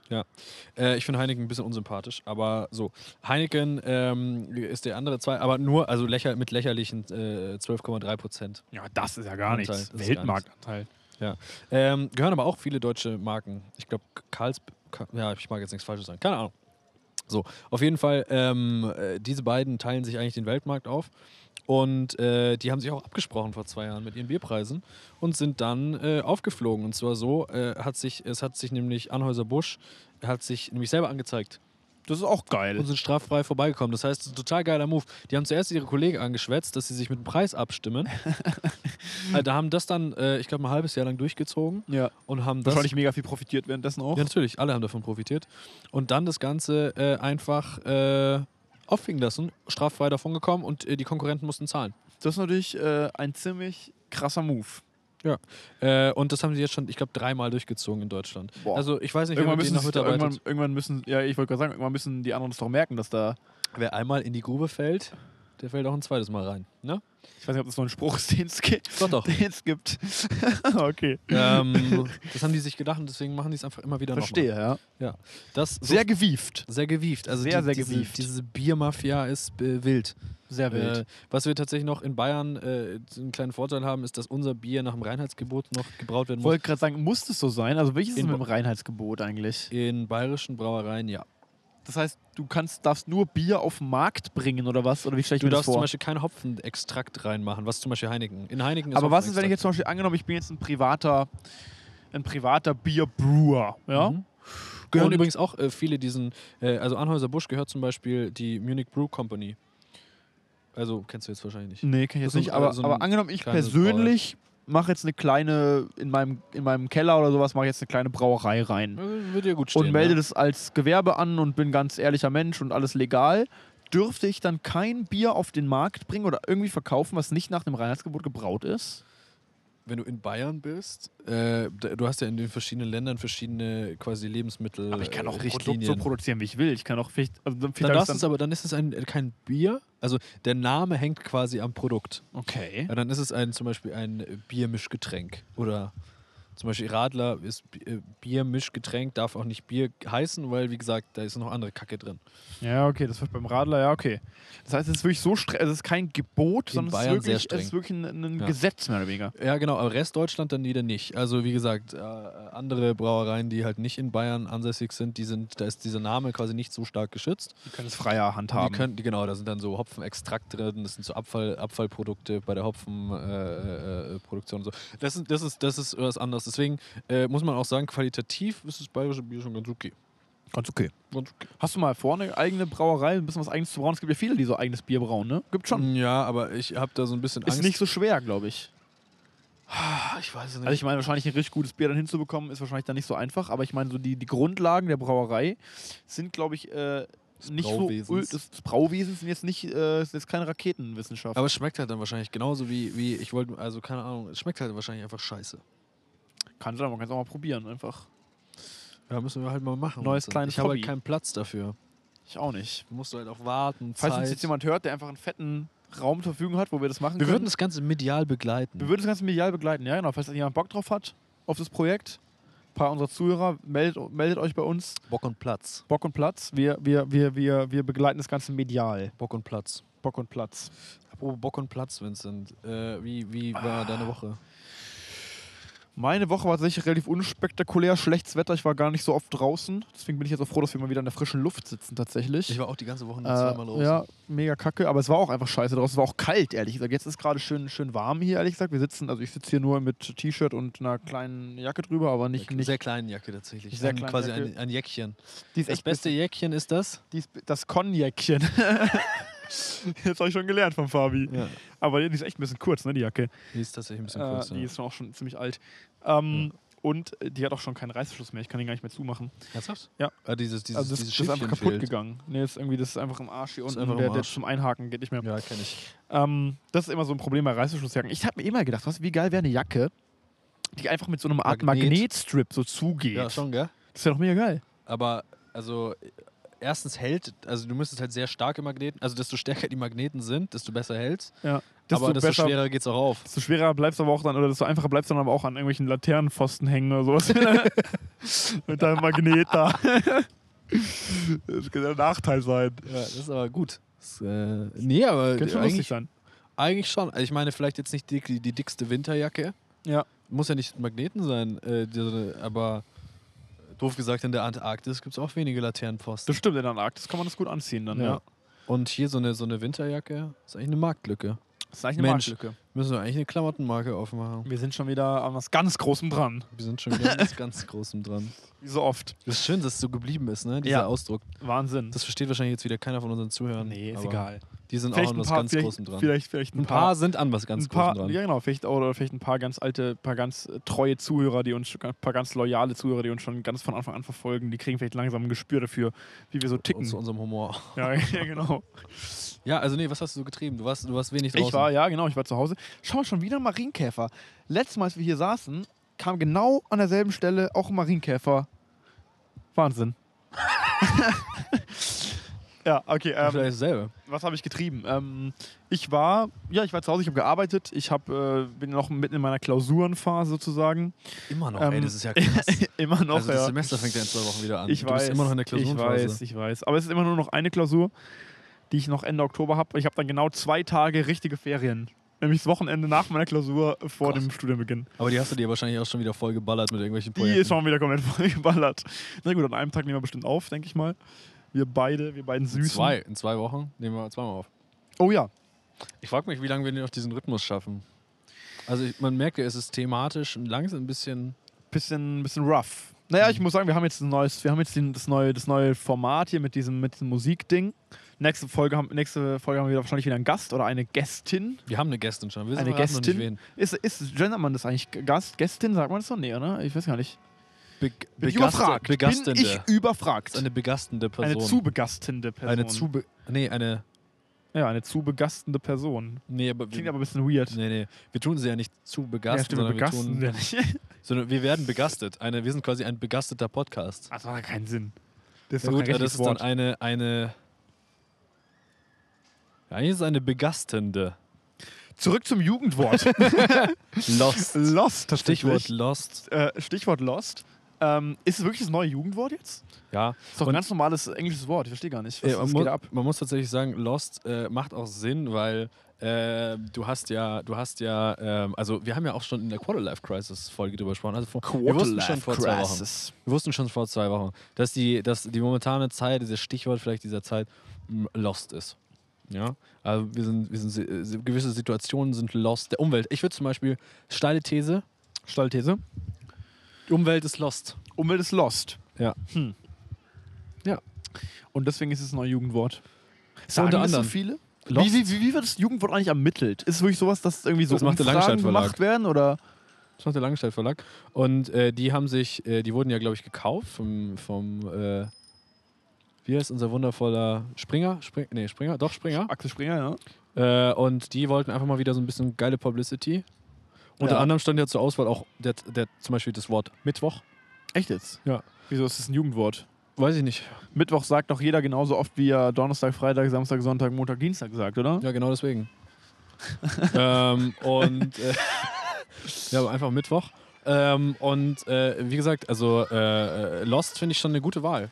[SPEAKER 3] Äh, ich finde Heineken ein bisschen unsympathisch, aber so. Heineken ähm, ist der andere zwei, aber nur, also lächer, mit lächerlichen äh, 12,3 Prozent.
[SPEAKER 2] Ja, das ist ja gar
[SPEAKER 3] Anteil, das ist gar nichts.
[SPEAKER 2] Weltmarktanteil.
[SPEAKER 3] Ähm, gehören aber auch viele deutsche Marken. Ich glaube, Karls. Ka- Ja, ich mag jetzt nichts Falsches sagen. Keine Ahnung. So, auf jeden Fall, ähm, äh, diese beiden teilen sich eigentlich den Weltmarkt auf. Und äh, die haben sich auch abgesprochen vor zwei Jahren mit ihren Bierpreisen und sind dann äh, aufgeflogen. Und zwar so, äh, hat sich, es hat sich nämlich Anhäuser Busch, hat sich nämlich selber angezeigt.
[SPEAKER 2] Das ist auch geil.
[SPEAKER 3] und sind straffrei vorbeigekommen. Das heißt, das ist ein total geiler Move. Die haben zuerst ihre Kollegen angeschwätzt, dass sie sich mit dem Preis abstimmen. Äh, da haben das dann, äh, ich glaube, ein halbes Jahr lang durchgezogen
[SPEAKER 2] Ja.
[SPEAKER 3] und haben das.
[SPEAKER 2] Wahrscheinlich mega viel profitiert währenddessen auch.
[SPEAKER 3] Ja, natürlich, alle haben davon profitiert. Und dann das Ganze äh, einfach äh, auffingen lassen, straffrei davon gekommen und äh, die Konkurrenten mussten zahlen.
[SPEAKER 2] Das ist natürlich äh, ein ziemlich krasser Move.
[SPEAKER 3] Äh, und das haben sie jetzt schon, ich glaube, dreimal durchgezogen in Deutschland.
[SPEAKER 2] Boah.
[SPEAKER 3] Also ich weiß nicht, wer
[SPEAKER 2] Irgendwann
[SPEAKER 3] mit
[SPEAKER 2] müssen,
[SPEAKER 3] denen noch
[SPEAKER 2] sie-
[SPEAKER 3] mitarbeitet.
[SPEAKER 2] irgendwann, irgendwann müssen, ja, ich wollte gerade sagen, irgendwann müssen die anderen das doch merken, dass da,
[SPEAKER 3] Wer einmal in die Grube fällt, der fällt auch ein zweites Mal rein. Ne?
[SPEAKER 2] ich weiß nicht, ob das so ein Spruch ist, den es gibt.
[SPEAKER 3] Doch, doch.
[SPEAKER 2] Den es gibt. okay.
[SPEAKER 3] ähm, das haben die sich gedacht und deswegen machen die es einfach immer wieder nochmal.
[SPEAKER 2] Verstehe, ja.
[SPEAKER 3] Ja, das so
[SPEAKER 2] Sehr gewieft.
[SPEAKER 3] sehr gewieft. Also
[SPEAKER 2] Sehr,
[SPEAKER 3] die,
[SPEAKER 2] sehr
[SPEAKER 3] diese,
[SPEAKER 2] gewieft.
[SPEAKER 3] diese Biermafia ist äh, wild.
[SPEAKER 2] Sehr
[SPEAKER 3] Äh, was wir tatsächlich noch in Bayern äh, einen kleinen Vorteil haben, ist, dass unser Bier nach dem Reinheitsgebot noch gebraut werden
[SPEAKER 2] Ich
[SPEAKER 3] muss.
[SPEAKER 2] wollte gerade sagen, muss das so sein? Also welches ist
[SPEAKER 3] In-
[SPEAKER 2] mit dem Reinheitsgebot eigentlich?
[SPEAKER 3] In bayerischen Brauereien, ja.
[SPEAKER 2] Das heißt, du kannst, darfst nur Bier auf den Markt bringen oder was? Oder wie stelle ich
[SPEAKER 3] Du
[SPEAKER 2] mir das
[SPEAKER 3] darfst zum
[SPEAKER 2] vor?
[SPEAKER 3] Beispiel keinen Hopfenextrakt reinmachen, was zum Beispiel Heineken. In Heineken ist
[SPEAKER 2] Aber was ist, wenn ich jetzt
[SPEAKER 3] Hopfenextrakt
[SPEAKER 2] zum Beispiel angenommen, ich bin jetzt ein privater, ein privater Bierbrewer, ja?
[SPEAKER 3] Mhm. drin. Gehören
[SPEAKER 2] Und-
[SPEAKER 3] übrigens auch äh, viele diesen, äh, also Anhäuser Busch gehört zum Beispiel die Munich Brew Company. Also kennst du jetzt wahrscheinlich nicht.
[SPEAKER 2] Nee, kann ich
[SPEAKER 3] Das
[SPEAKER 2] jetzt
[SPEAKER 3] ist
[SPEAKER 2] nicht.
[SPEAKER 3] so ein-
[SPEAKER 2] Aber,
[SPEAKER 3] so ein
[SPEAKER 2] aber angenommen, ich
[SPEAKER 3] kleines
[SPEAKER 2] persönlich mache jetzt eine kleine, in meinem, in meinem Keller oder sowas, mache ich jetzt eine kleine Brauerei rein.
[SPEAKER 3] Äh, Wird dir gut stehen.
[SPEAKER 2] Und melde
[SPEAKER 3] ja.
[SPEAKER 2] das als Gewerbe an und bin ganz ehrlicher Mensch und alles legal. Dürfte ich dann kein Bier auf den Markt bringen oder irgendwie verkaufen, was nicht nach dem Reinheitsgebot gebraut ist?
[SPEAKER 3] wenn du in Bayern bist, äh, d- du hast ja in den verschiedenen Ländern verschiedene quasi Lebensmittel.
[SPEAKER 2] Aber ich kann auch
[SPEAKER 3] äh,
[SPEAKER 2] Produkt so produzieren, wie ich will. Ich kann auch vielleicht. Also vielleicht
[SPEAKER 3] dann
[SPEAKER 2] hab ich's
[SPEAKER 3] darfst du es aber, dann ist es ein, kein Bier. Also der Name hängt quasi am Produkt.
[SPEAKER 2] okay.
[SPEAKER 3] Ja, dann ist es ein, zum Beispiel ein Biermischgetränk. Oder zum Beispiel Radler ist B- äh, Biermischgetränk, darf auch nicht Bier heißen, weil wie gesagt, da ist noch andere Kacke drin.
[SPEAKER 2] Ja, okay, das wird beim Radler, ja, okay. Das heißt, es ist wirklich so streng, es ist kein Gebot,
[SPEAKER 3] In
[SPEAKER 2] sondern
[SPEAKER 3] Bayern
[SPEAKER 2] es, ist wirklich,
[SPEAKER 3] sehr
[SPEAKER 2] es ist wirklich ein, ein
[SPEAKER 3] Ja.
[SPEAKER 2] Gesetz, mehr oder weniger.
[SPEAKER 3] Ja, genau, aber Rest Deutschland dann wieder nicht. Also wie gesagt, äh, andere Brauereien, die halt nicht in Bayern ansässig sind, die sind, da ist dieser Name quasi nicht so stark geschützt.
[SPEAKER 2] Die können es freier
[SPEAKER 3] Die
[SPEAKER 2] handhaben.
[SPEAKER 3] können, die- genau, da sind dann so Hopfenextrakt drin, das sind so Abfall, Abfallprodukte bei der Hopfenproduktion äh, äh, Produktion und so. Das, sind, das, ist, das ist was anderes. Deswegen äh, muss man auch sagen, qualitativ ist das bayerische Bier schon ganz okay.
[SPEAKER 2] Ganz okay.
[SPEAKER 3] Ganz okay.
[SPEAKER 2] Hast du mal vor, eine eigene Brauerei, ein bisschen was eigenes zu brauen? Es gibt ja viele, die so eigenes Bier brauen, ne? Gibt schon.
[SPEAKER 3] Ja, aber ich habe da so ein bisschen
[SPEAKER 2] Ist
[SPEAKER 3] Angst.
[SPEAKER 2] nicht so schwer, glaube ich.
[SPEAKER 3] Ah, ich weiß es nicht.
[SPEAKER 2] Also ich meine, wahrscheinlich ein richtig gutes Bier dann hinzubekommen, ist wahrscheinlich dann nicht so einfach. Aber ich meine, so die, die Grundlagen der Brauerei sind, glaube ich, äh, nicht so...
[SPEAKER 3] Brauwesens.
[SPEAKER 2] ul- Das das Brauwesen sind jetzt nicht, äh, ist jetzt keine Raketenwissenschaft.
[SPEAKER 3] aber es schmeckt halt dann wahrscheinlich genauso wie, wie ich wollte, also keine Ahnung, es schmeckt halt wahrscheinlich einfach scheiße.
[SPEAKER 2] Kann sein, man kann es auch mal probieren einfach.
[SPEAKER 3] Ja, müssen wir halt mal machen.
[SPEAKER 2] Neues kleines
[SPEAKER 3] Ich habe
[SPEAKER 2] Hobby.
[SPEAKER 3] halt keinen Platz dafür.
[SPEAKER 2] Ich auch nicht.
[SPEAKER 3] Da musst du halt auch warten,
[SPEAKER 2] Falls
[SPEAKER 3] Zeit.
[SPEAKER 2] uns jetzt jemand hört, der einfach einen fetten Raum zur Verfügung hat, wo wir das machen
[SPEAKER 3] Wir
[SPEAKER 2] können.
[SPEAKER 3] würden das Ganze medial
[SPEAKER 2] wir
[SPEAKER 3] begleiten.
[SPEAKER 2] würden das Ganze medial begleiten, ja genau. Falls da jemand Bock drauf hat auf das Projekt, ein paar unserer Zuhörer, meldet, meldet euch bei uns.
[SPEAKER 3] Bock und Platz.
[SPEAKER 2] Bock und Platz. Wir, wir, wir, wir, wir begleiten das Ganze medial.
[SPEAKER 3] Bock und Platz.
[SPEAKER 2] Bock und Platz.
[SPEAKER 3] Apropos Bock und Platz, Vincent. Äh, wie, wie war deine Woche?
[SPEAKER 2] Meine Woche war tatsächlich relativ unspektakulär, schlechtes Wetter, ich war gar nicht so oft draußen. Deswegen bin ich jetzt auch froh, dass wir mal wieder in der frischen Luft sitzen tatsächlich.
[SPEAKER 3] Ich war auch die ganze Woche nur zweimal
[SPEAKER 2] äh,
[SPEAKER 3] draußen.
[SPEAKER 2] ja, mega kacke, aber es war auch einfach scheiße draußen. Es war auch kalt, ehrlich gesagt. Jetzt ist gerade schön, schön warm hier, ehrlich gesagt. Wir sitzen, also ich sitze hier nur mit T-Shirt und einer kleinen Jacke drüber, aber nicht.
[SPEAKER 3] Eine
[SPEAKER 2] nicht
[SPEAKER 3] sehr kleinen Jacke tatsächlich.
[SPEAKER 2] Sehr
[SPEAKER 3] Ein-
[SPEAKER 2] kleine
[SPEAKER 3] quasi
[SPEAKER 2] Jacke.
[SPEAKER 3] Ein, ein Jäckchen.
[SPEAKER 2] die ist
[SPEAKER 3] Das beste Jäckchen ist das?
[SPEAKER 2] die ist, das Konjäckchen. Jetzt habe ich schon gelernt von Fabi.
[SPEAKER 3] Ja.
[SPEAKER 2] Aber die ist echt ein bisschen kurz, ne, die Jacke.
[SPEAKER 3] Die ist tatsächlich ein bisschen
[SPEAKER 2] Äh,
[SPEAKER 3] kurz.
[SPEAKER 2] Die
[SPEAKER 3] ja.
[SPEAKER 2] ist auch schon ziemlich alt. Ähm, Und die hat auch schon keinen Reißverschluss mehr. Ich kann den gar nicht mehr zumachen.
[SPEAKER 3] Ernsthaft?
[SPEAKER 2] Ja.
[SPEAKER 3] Ah, dieses, dieses,
[SPEAKER 2] also das,
[SPEAKER 3] dieses
[SPEAKER 2] das ist einfach
[SPEAKER 3] Schiffchen
[SPEAKER 2] kaputt
[SPEAKER 3] fehlt.
[SPEAKER 2] gegangen. Nee, ist irgendwie, das ist einfach im Arsch hier
[SPEAKER 3] Ist
[SPEAKER 2] unten.
[SPEAKER 3] einfach
[SPEAKER 2] Der,
[SPEAKER 3] im
[SPEAKER 2] der
[SPEAKER 3] Arsch.
[SPEAKER 2] zum Einhaken geht nicht mehr.
[SPEAKER 3] Ja, kenne ich.
[SPEAKER 2] Ähm, das ist immer so ein Problem bei Reißverschlussjacken. Ich habe mir immer gedacht, was, wie geil wäre eine Jacke, die einfach mit so einem Art
[SPEAKER 3] Magnet.
[SPEAKER 2] Magnetstrip so zugeht.
[SPEAKER 3] Ja, schon, gell?
[SPEAKER 2] Das wäre doch mega geil.
[SPEAKER 3] Aber, also, äh, erstens hält, also du müsstest halt sehr starke Magneten, also desto stärker die Magneten sind, desto besser hält's.
[SPEAKER 2] Ja.
[SPEAKER 3] aber desto schwerer geht's auch auf.
[SPEAKER 2] desto schwerer bleibst du aber auch dann, oder desto einfacher bleibst du dann aber auch an irgendwelchen Laternenpfosten hängen oder sowas. mit deinem Magnet da. das kann ja ein Nachteil sein.
[SPEAKER 3] Ja, das ist aber gut. Das, äh, nee, aber
[SPEAKER 2] Könnte schon lustig
[SPEAKER 3] eigentlich,
[SPEAKER 2] sein.
[SPEAKER 3] eigentlich schon. Also ich meine, vielleicht jetzt nicht die, die, die dickste Winterjacke.
[SPEAKER 2] Ja.
[SPEAKER 3] Muss ja nicht Magneten sein, äh, die, aber doof gesagt, in der Antarktis gibt es auch wenige Laternenpfosten.
[SPEAKER 2] Das stimmt, in der Antarktis kann man das gut anziehen dann, ja.
[SPEAKER 3] Und hier so eine, so eine Winterjacke ist eigentlich eine Marktlücke.
[SPEAKER 2] Das ist eigentlich
[SPEAKER 3] Mensch.
[SPEAKER 2] Marktlücke.
[SPEAKER 3] Müssen wir eigentlich eine Klamottenmarke aufmachen.
[SPEAKER 2] Wir sind schon wieder an was ganz Großem dran.
[SPEAKER 3] Wir sind schon wieder ganz, ganz Großem dran.
[SPEAKER 2] Wie so oft.
[SPEAKER 3] Das ist schön, dass es so geblieben ist, ne? Dieser
[SPEAKER 2] Ja.
[SPEAKER 3] Ausdruck.
[SPEAKER 2] Wahnsinn.
[SPEAKER 3] Das versteht wahrscheinlich jetzt wieder keiner von unseren Zuhörern. aber Die sind auch
[SPEAKER 2] Vielleicht
[SPEAKER 3] an
[SPEAKER 2] ein
[SPEAKER 3] was
[SPEAKER 2] paar,
[SPEAKER 3] ganz
[SPEAKER 2] vielleicht,
[SPEAKER 3] Großem dran.
[SPEAKER 2] Vielleicht, vielleicht ein,
[SPEAKER 3] ein paar sind an was ganz
[SPEAKER 2] ein paar,
[SPEAKER 3] Großem dran.
[SPEAKER 2] Ja, genau, vielleicht, oder vielleicht ein paar ganz alte, paar ganz äh, treue Zuhörer, die uns, ein paar ganz loyale Zuhörer, die uns schon ganz von Anfang an verfolgen, die kriegen vielleicht langsam ein Gespür dafür, wie wir so ticken.
[SPEAKER 3] Zu unserem Humor.
[SPEAKER 2] Ja, ja, genau.
[SPEAKER 3] Ja, also nee, was hast du getrieben? Du warst, du warst wenig draußen.
[SPEAKER 2] Ich war, ja, genau, ich war zu Hause. Schau mal, schon wieder ein Marienkäfer. Letztes Mal, als wir hier saßen, kam genau an derselben Stelle auch ein Marienkäfer. Wahnsinn. ja, okay. Ähm,
[SPEAKER 3] Vielleicht dasselbe.
[SPEAKER 2] was habe ich getrieben? Ähm, ich war, ja, ich war zu Hause, ich habe gearbeitet, ich hab, äh, bin noch mitten in meiner Klausurenphase sozusagen.
[SPEAKER 3] Immer noch,
[SPEAKER 2] ähm,
[SPEAKER 3] ey, das ist ja krass.
[SPEAKER 2] immer noch,
[SPEAKER 3] also
[SPEAKER 2] ja.
[SPEAKER 3] das Semester fängt ja in zwei Wochen wieder an.
[SPEAKER 2] ich
[SPEAKER 3] du
[SPEAKER 2] weiß,
[SPEAKER 3] bist immer noch in der Klausurenphase.
[SPEAKER 2] Ich weiß, ich weiß. Aber es ist immer nur noch eine Klausur, die ich noch Ende Oktober habe. Ich habe dann genau zwei Tage richtige Ferien. Nämlich das Wochenende nach meiner Klausur vor
[SPEAKER 3] Gott.
[SPEAKER 2] dem Studienbeginn.
[SPEAKER 3] Aber die hast du dir wahrscheinlich auch schon wieder voll geballert mit irgendwelchen
[SPEAKER 2] Die
[SPEAKER 3] Projekten.
[SPEAKER 2] ist schon wieder komplett vollgeballert. Na gut, an einem Tag nehmen wir bestimmt auf, denke ich mal. Wir beide, wir beiden
[SPEAKER 3] in
[SPEAKER 2] süßen.
[SPEAKER 3] zwei, in zwei Wochen nehmen wir zweimal auf.
[SPEAKER 2] Oh ja.
[SPEAKER 3] Ich frage mich, wie lange wir noch diesen Rhythmus schaffen. Also ich, man merkt ja, es ist thematisch und langsam ein bisschen.
[SPEAKER 2] bisschen, bisschen rough. Naja,
[SPEAKER 3] Mhm.
[SPEAKER 2] ich muss sagen, wir haben jetzt ein neues, wir haben jetzt den, das, neue, das neue Format hier mit diesem, mit diesem Musikding. Nächste Folge, haben, nächste Folge haben wir wieder wahrscheinlich wieder einen Gast oder eine Gästin.
[SPEAKER 3] Wir haben eine Gästin schon. Wir wissen
[SPEAKER 2] Eine
[SPEAKER 3] aber gerade noch
[SPEAKER 2] Gästin?
[SPEAKER 3] Nicht
[SPEAKER 2] Ist, ist gendert man das eigentlich? Gast, Gästin, sagt man das so? Nee, oder? Ich weiß gar nicht.
[SPEAKER 3] wen. Be
[SPEAKER 2] Bin ich
[SPEAKER 3] begaste-
[SPEAKER 2] überfragt.
[SPEAKER 3] Begastende.
[SPEAKER 2] Bin ich überfragt.
[SPEAKER 3] Das ist eine begastende Person.
[SPEAKER 2] eine zu begastende Person.
[SPEAKER 3] Eine zu. Be nee, eine.
[SPEAKER 2] ja, eine zu begastende Person.
[SPEAKER 3] Nee, aber.
[SPEAKER 2] Klingt aber ein bisschen weird.
[SPEAKER 3] Nee, nee. Wir tun sie ja nicht zu
[SPEAKER 2] ja,
[SPEAKER 3] begasten,
[SPEAKER 2] stimmt,
[SPEAKER 3] sondern wir
[SPEAKER 2] begasten
[SPEAKER 3] tun.
[SPEAKER 2] wir nicht.
[SPEAKER 3] Sondern wir werden begastet. Eine, wir sind quasi ein begasteter Podcast.
[SPEAKER 2] Das macht ja keinen Sinn. Das ist
[SPEAKER 3] Ja,
[SPEAKER 2] doch
[SPEAKER 3] gut,
[SPEAKER 2] kein
[SPEAKER 3] aber das
[SPEAKER 2] richtiges
[SPEAKER 3] ist dann
[SPEAKER 2] Wort.
[SPEAKER 3] eine, eine. Ja, Eigentlich ist es eine begastende.
[SPEAKER 2] Zurück zum Jugendwort.
[SPEAKER 3] Lost.
[SPEAKER 2] Lost, tatsächlich.
[SPEAKER 3] Stichwort Lost.
[SPEAKER 2] äh, Stichwort Lost. Ähm, ist es wirklich das neue Jugendwort jetzt?
[SPEAKER 3] Ja.
[SPEAKER 2] Ist doch ein ganz normales englisches Wort. Ich verstehe gar nicht. Was,
[SPEAKER 3] Äh, man,
[SPEAKER 2] was
[SPEAKER 3] mu
[SPEAKER 2] geht ab?
[SPEAKER 3] man muss tatsächlich sagen, Lost äh, macht auch Sinn, weil äh, du hast ja, du hast ja, ähm, also wir haben ja auch schon in der Quarterlife Crisis Folge drüber gesprochen. Also vor, wir wussten schon vor zwei Wochen. Wir wussten schon vor zwei Wochen, dass die, dass die momentane Zeit, dieses Stichwort vielleicht dieser Zeit, m, lost ist. Ja, also wir sind, wir sind, si- si- gewisse Situationen sind lost der Umwelt. Ich würde zum Beispiel, steile These,
[SPEAKER 2] Stallthese.
[SPEAKER 3] die Umwelt ist lost.
[SPEAKER 2] Umwelt ist Lost.
[SPEAKER 3] Ja.
[SPEAKER 2] Hm.
[SPEAKER 3] Ja.
[SPEAKER 2] Und deswegen ist es ein neues Jugendwort.
[SPEAKER 3] Sagen unter
[SPEAKER 2] das so
[SPEAKER 3] anderem.
[SPEAKER 2] viele? Wie,
[SPEAKER 3] Lost.
[SPEAKER 2] wie, wie, wie wird das Jugendwort eigentlich ermittelt? Ist es wirklich sowas, dass irgendwie so
[SPEAKER 3] Das macht der
[SPEAKER 2] Umfragen
[SPEAKER 3] Langstein-Verlag.
[SPEAKER 2] gemacht werden? Oder?
[SPEAKER 3] Das macht der Langenstein Verlag. Und äh, die haben sich, äh, die wurden ja, glaube ich, gekauft vom, vom äh, wie heißt unser wundervoller Springer? Spring, nee, Springer, doch Springer.
[SPEAKER 2] Axel Springer, ja.
[SPEAKER 3] Äh, und die wollten einfach mal wieder so ein bisschen geile Publicity. Unter
[SPEAKER 2] Ja.
[SPEAKER 3] anderem stand ja zur Auswahl auch der, der, zum Beispiel das Wort Mittwoch.
[SPEAKER 2] Echt jetzt?
[SPEAKER 3] Ja.
[SPEAKER 2] Wieso ist das ein Jugendwort?
[SPEAKER 3] Weiß ich nicht.
[SPEAKER 2] Mittwoch sagt doch jeder genauso oft, wie er Donnerstag, Freitag, Samstag, Sonntag, Montag, Dienstag sagt, oder?
[SPEAKER 3] Ja, genau deswegen. ähm, und äh, ja, aber einfach Mittwoch. Ähm, und äh, wie gesagt, also äh, Lost finde ich schon eine gute Wahl.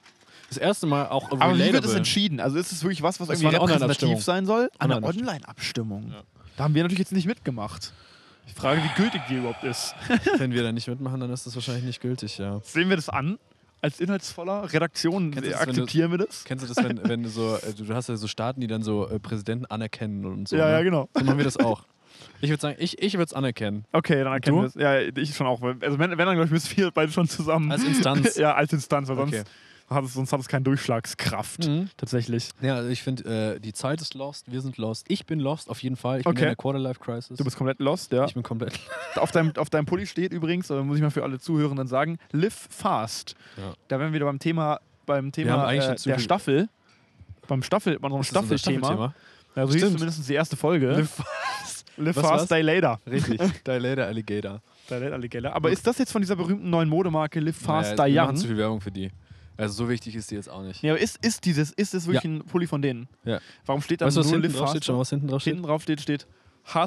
[SPEAKER 3] Das erste Mal auch
[SPEAKER 2] Aber wie wird
[SPEAKER 3] relatable.
[SPEAKER 2] es entschieden? Also ist es wirklich was, was
[SPEAKER 3] Das
[SPEAKER 2] irgendwie
[SPEAKER 3] war eine
[SPEAKER 2] repräsentativ
[SPEAKER 3] Online-Abstimmung.
[SPEAKER 2] sein soll? Eine
[SPEAKER 3] Online-Abstimmung.
[SPEAKER 2] Online-Abstimmung.
[SPEAKER 3] Ja.
[SPEAKER 2] Da haben wir natürlich jetzt nicht mitgemacht. Ich frage, wie gültig die überhaupt ist.
[SPEAKER 3] Wenn wir da nicht mitmachen, dann ist das wahrscheinlich nicht gültig, ja.
[SPEAKER 2] Sehen wir das an? Als inhaltsvoller Redaktion
[SPEAKER 3] Kennst du das, wenn du-
[SPEAKER 2] akzeptieren wir das?
[SPEAKER 3] Kennst du das, wenn, wenn du so, äh, du du hast ja so Staaten, die dann so äh, Präsidenten anerkennen und so.
[SPEAKER 2] Ja,
[SPEAKER 3] ne?
[SPEAKER 2] ja, genau.
[SPEAKER 3] So machen wir das auch. Ich würde sagen, ich, ich würde es anerkennen.
[SPEAKER 2] Okay, dann erkennen
[SPEAKER 3] Du?
[SPEAKER 2] wir es. Ja, ich schon auch. weil- Also wenn, wenn dann, glaube ich, müssen wir beide schon zusammen.
[SPEAKER 3] Als Instanz.
[SPEAKER 2] ja, als Instanz, weil sonst,
[SPEAKER 3] Okay.
[SPEAKER 2] hat, es, sonst hat es keine Durchschlagskraft.
[SPEAKER 3] Mhm.
[SPEAKER 2] Tatsächlich.
[SPEAKER 3] Ja, also ich finde, äh, die Zeit ist lost, wir sind lost. Ich bin lost, auf jeden Fall. Ich
[SPEAKER 2] Okay.
[SPEAKER 3] bin in der Quarterlife-Crisis.
[SPEAKER 2] Du bist komplett lost, ja.
[SPEAKER 3] Ich bin komplett.
[SPEAKER 2] auf, deinem, auf deinem Pulli steht übrigens, äh, muss ich mal für alle Zuhörenden sagen, Live Fast.
[SPEAKER 3] Ja.
[SPEAKER 2] Da wären wir wieder beim Thema, beim
[SPEAKER 3] haben
[SPEAKER 2] Thema
[SPEAKER 3] eigentlich schon
[SPEAKER 2] äh,
[SPEAKER 3] zu
[SPEAKER 2] der
[SPEAKER 3] viel-
[SPEAKER 2] Staffel. Beim Staffel, bei unserem
[SPEAKER 3] Das ist unser
[SPEAKER 2] Staffelthema.
[SPEAKER 3] Staffelthema.
[SPEAKER 2] Ja, so hieß
[SPEAKER 3] Stimmt.
[SPEAKER 2] zumindest die erste Folge.
[SPEAKER 3] Live
[SPEAKER 2] Live
[SPEAKER 3] Was war's?
[SPEAKER 2] Fast, Die Later.
[SPEAKER 3] Richtig. Dilator Alligator.
[SPEAKER 2] Die Later, Alligator. Aber ist das jetzt von dieser berühmten neuen Modemarke Live Fast, Die
[SPEAKER 3] wir
[SPEAKER 2] Young?
[SPEAKER 3] machen zu viel Werbung für die. Also so wichtig ist die jetzt auch nicht.
[SPEAKER 2] Nee, aber ist, ist dieses, ist das wirklich ein Pulli von denen?
[SPEAKER 3] Ja.
[SPEAKER 2] Warum steht da
[SPEAKER 3] Weißt du, was
[SPEAKER 2] nur
[SPEAKER 3] hinten
[SPEAKER 2] Live
[SPEAKER 3] drauf steht?
[SPEAKER 2] Fast?
[SPEAKER 3] Schon mal, was hinten drauf steht?
[SPEAKER 2] hinten drauf steht, steht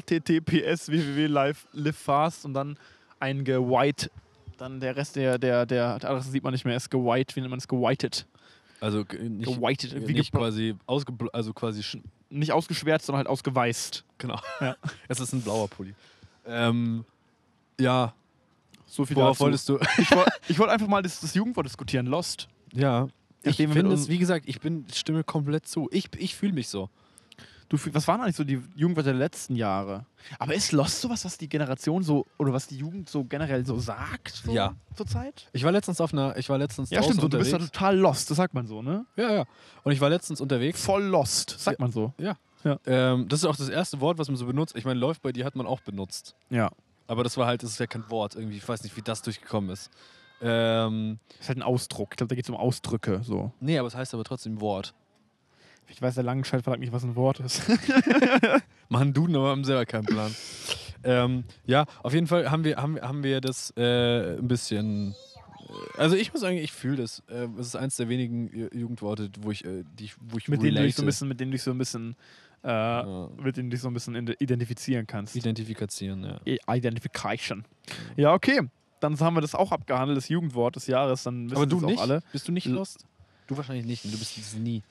[SPEAKER 2] https www.live live fast und dann ein gewhite. Dann der Rest der, der, der Adresse sieht man nicht mehr, ist gewhite, wie nennt man es? Gewhited.
[SPEAKER 3] Also ge- nicht,
[SPEAKER 2] Gewhited, wie
[SPEAKER 3] nicht
[SPEAKER 2] gebro-
[SPEAKER 3] quasi ausgebl also quasi sch-
[SPEAKER 2] Nicht ausgeschwärzt, sondern halt ausgeweißt.
[SPEAKER 3] genau.
[SPEAKER 2] Ja.
[SPEAKER 3] Es ist ein blauer Pulli. Ähm, ja,
[SPEAKER 2] So viel
[SPEAKER 3] worauf
[SPEAKER 2] dazu.
[SPEAKER 3] wolltest du?
[SPEAKER 2] Ich wollte ich wollte einfach mal das, das Jugendwort diskutieren. Lost.
[SPEAKER 3] ja. Ich
[SPEAKER 2] Nachdem wir mit
[SPEAKER 3] finde
[SPEAKER 2] uns-
[SPEAKER 3] es, wie gesagt, ich bin stimme komplett zu. Ich, ich fühle mich so.
[SPEAKER 2] Du, fühl- was waren eigentlich so die Jugendwörter der letzten Jahre? Aber ist Lost sowas, was die Generation so oder was die Jugend so generell so sagt? So
[SPEAKER 3] Ja.
[SPEAKER 2] Zurzeit?
[SPEAKER 3] Ich war letztens auf einer, ich war letztens
[SPEAKER 2] Ja,
[SPEAKER 3] draußen
[SPEAKER 2] stimmt. So, du bist ja
[SPEAKER 3] unterwegs.
[SPEAKER 2] total lost, das sagt man so, ne?
[SPEAKER 3] ja, ja. Und ich war letztens unterwegs.
[SPEAKER 2] Voll lost, sagt man so.
[SPEAKER 3] Ähm, das ist auch das erste Wort, was man so benutzt. Ich meine, läuft bei dir hat man auch benutzt.
[SPEAKER 2] Ja.
[SPEAKER 3] Aber das war halt, das ist ja kein Wort irgendwie. Ich weiß nicht, wie das durchgekommen ist. Ähm,
[SPEAKER 2] Ist halt ein Ausdruck. Ich glaube, da geht es um Ausdrücke. So.
[SPEAKER 3] nee, aber es heißt aber trotzdem Wort.
[SPEAKER 2] Ich weiß, der Langenscheid verrät nicht, was ein Wort ist.
[SPEAKER 3] Machen Duden, aber haben selber keinen Plan. ähm, ja, auf jeden Fall haben wir, haben, wir- haben wir das äh, ein bisschen. äh, Also ich muss sagen, ich fühle das. Äh, Es ist eins der wenigen Ju- Jugendworte, wo ich, äh, die, ich- wo ich
[SPEAKER 2] mit denen du dich so ein
[SPEAKER 3] relate.
[SPEAKER 2] bisschen, mit denen du dich so ein bisschen, äh,
[SPEAKER 3] Ja.
[SPEAKER 2] mit denen du dich so ein bisschen ide- identifizieren kannst.
[SPEAKER 3] identifizieren. Ja.
[SPEAKER 2] I- Identification. Ja, okay. Dann haben wir das auch abgehandelt, das Jugendwort des Jahres. Dann wissen
[SPEAKER 3] Aber du
[SPEAKER 2] das
[SPEAKER 3] nicht?
[SPEAKER 2] auch alle.
[SPEAKER 3] Bist du nicht
[SPEAKER 2] L-
[SPEAKER 3] lost? Du wahrscheinlich nicht. Du bist dieses nie.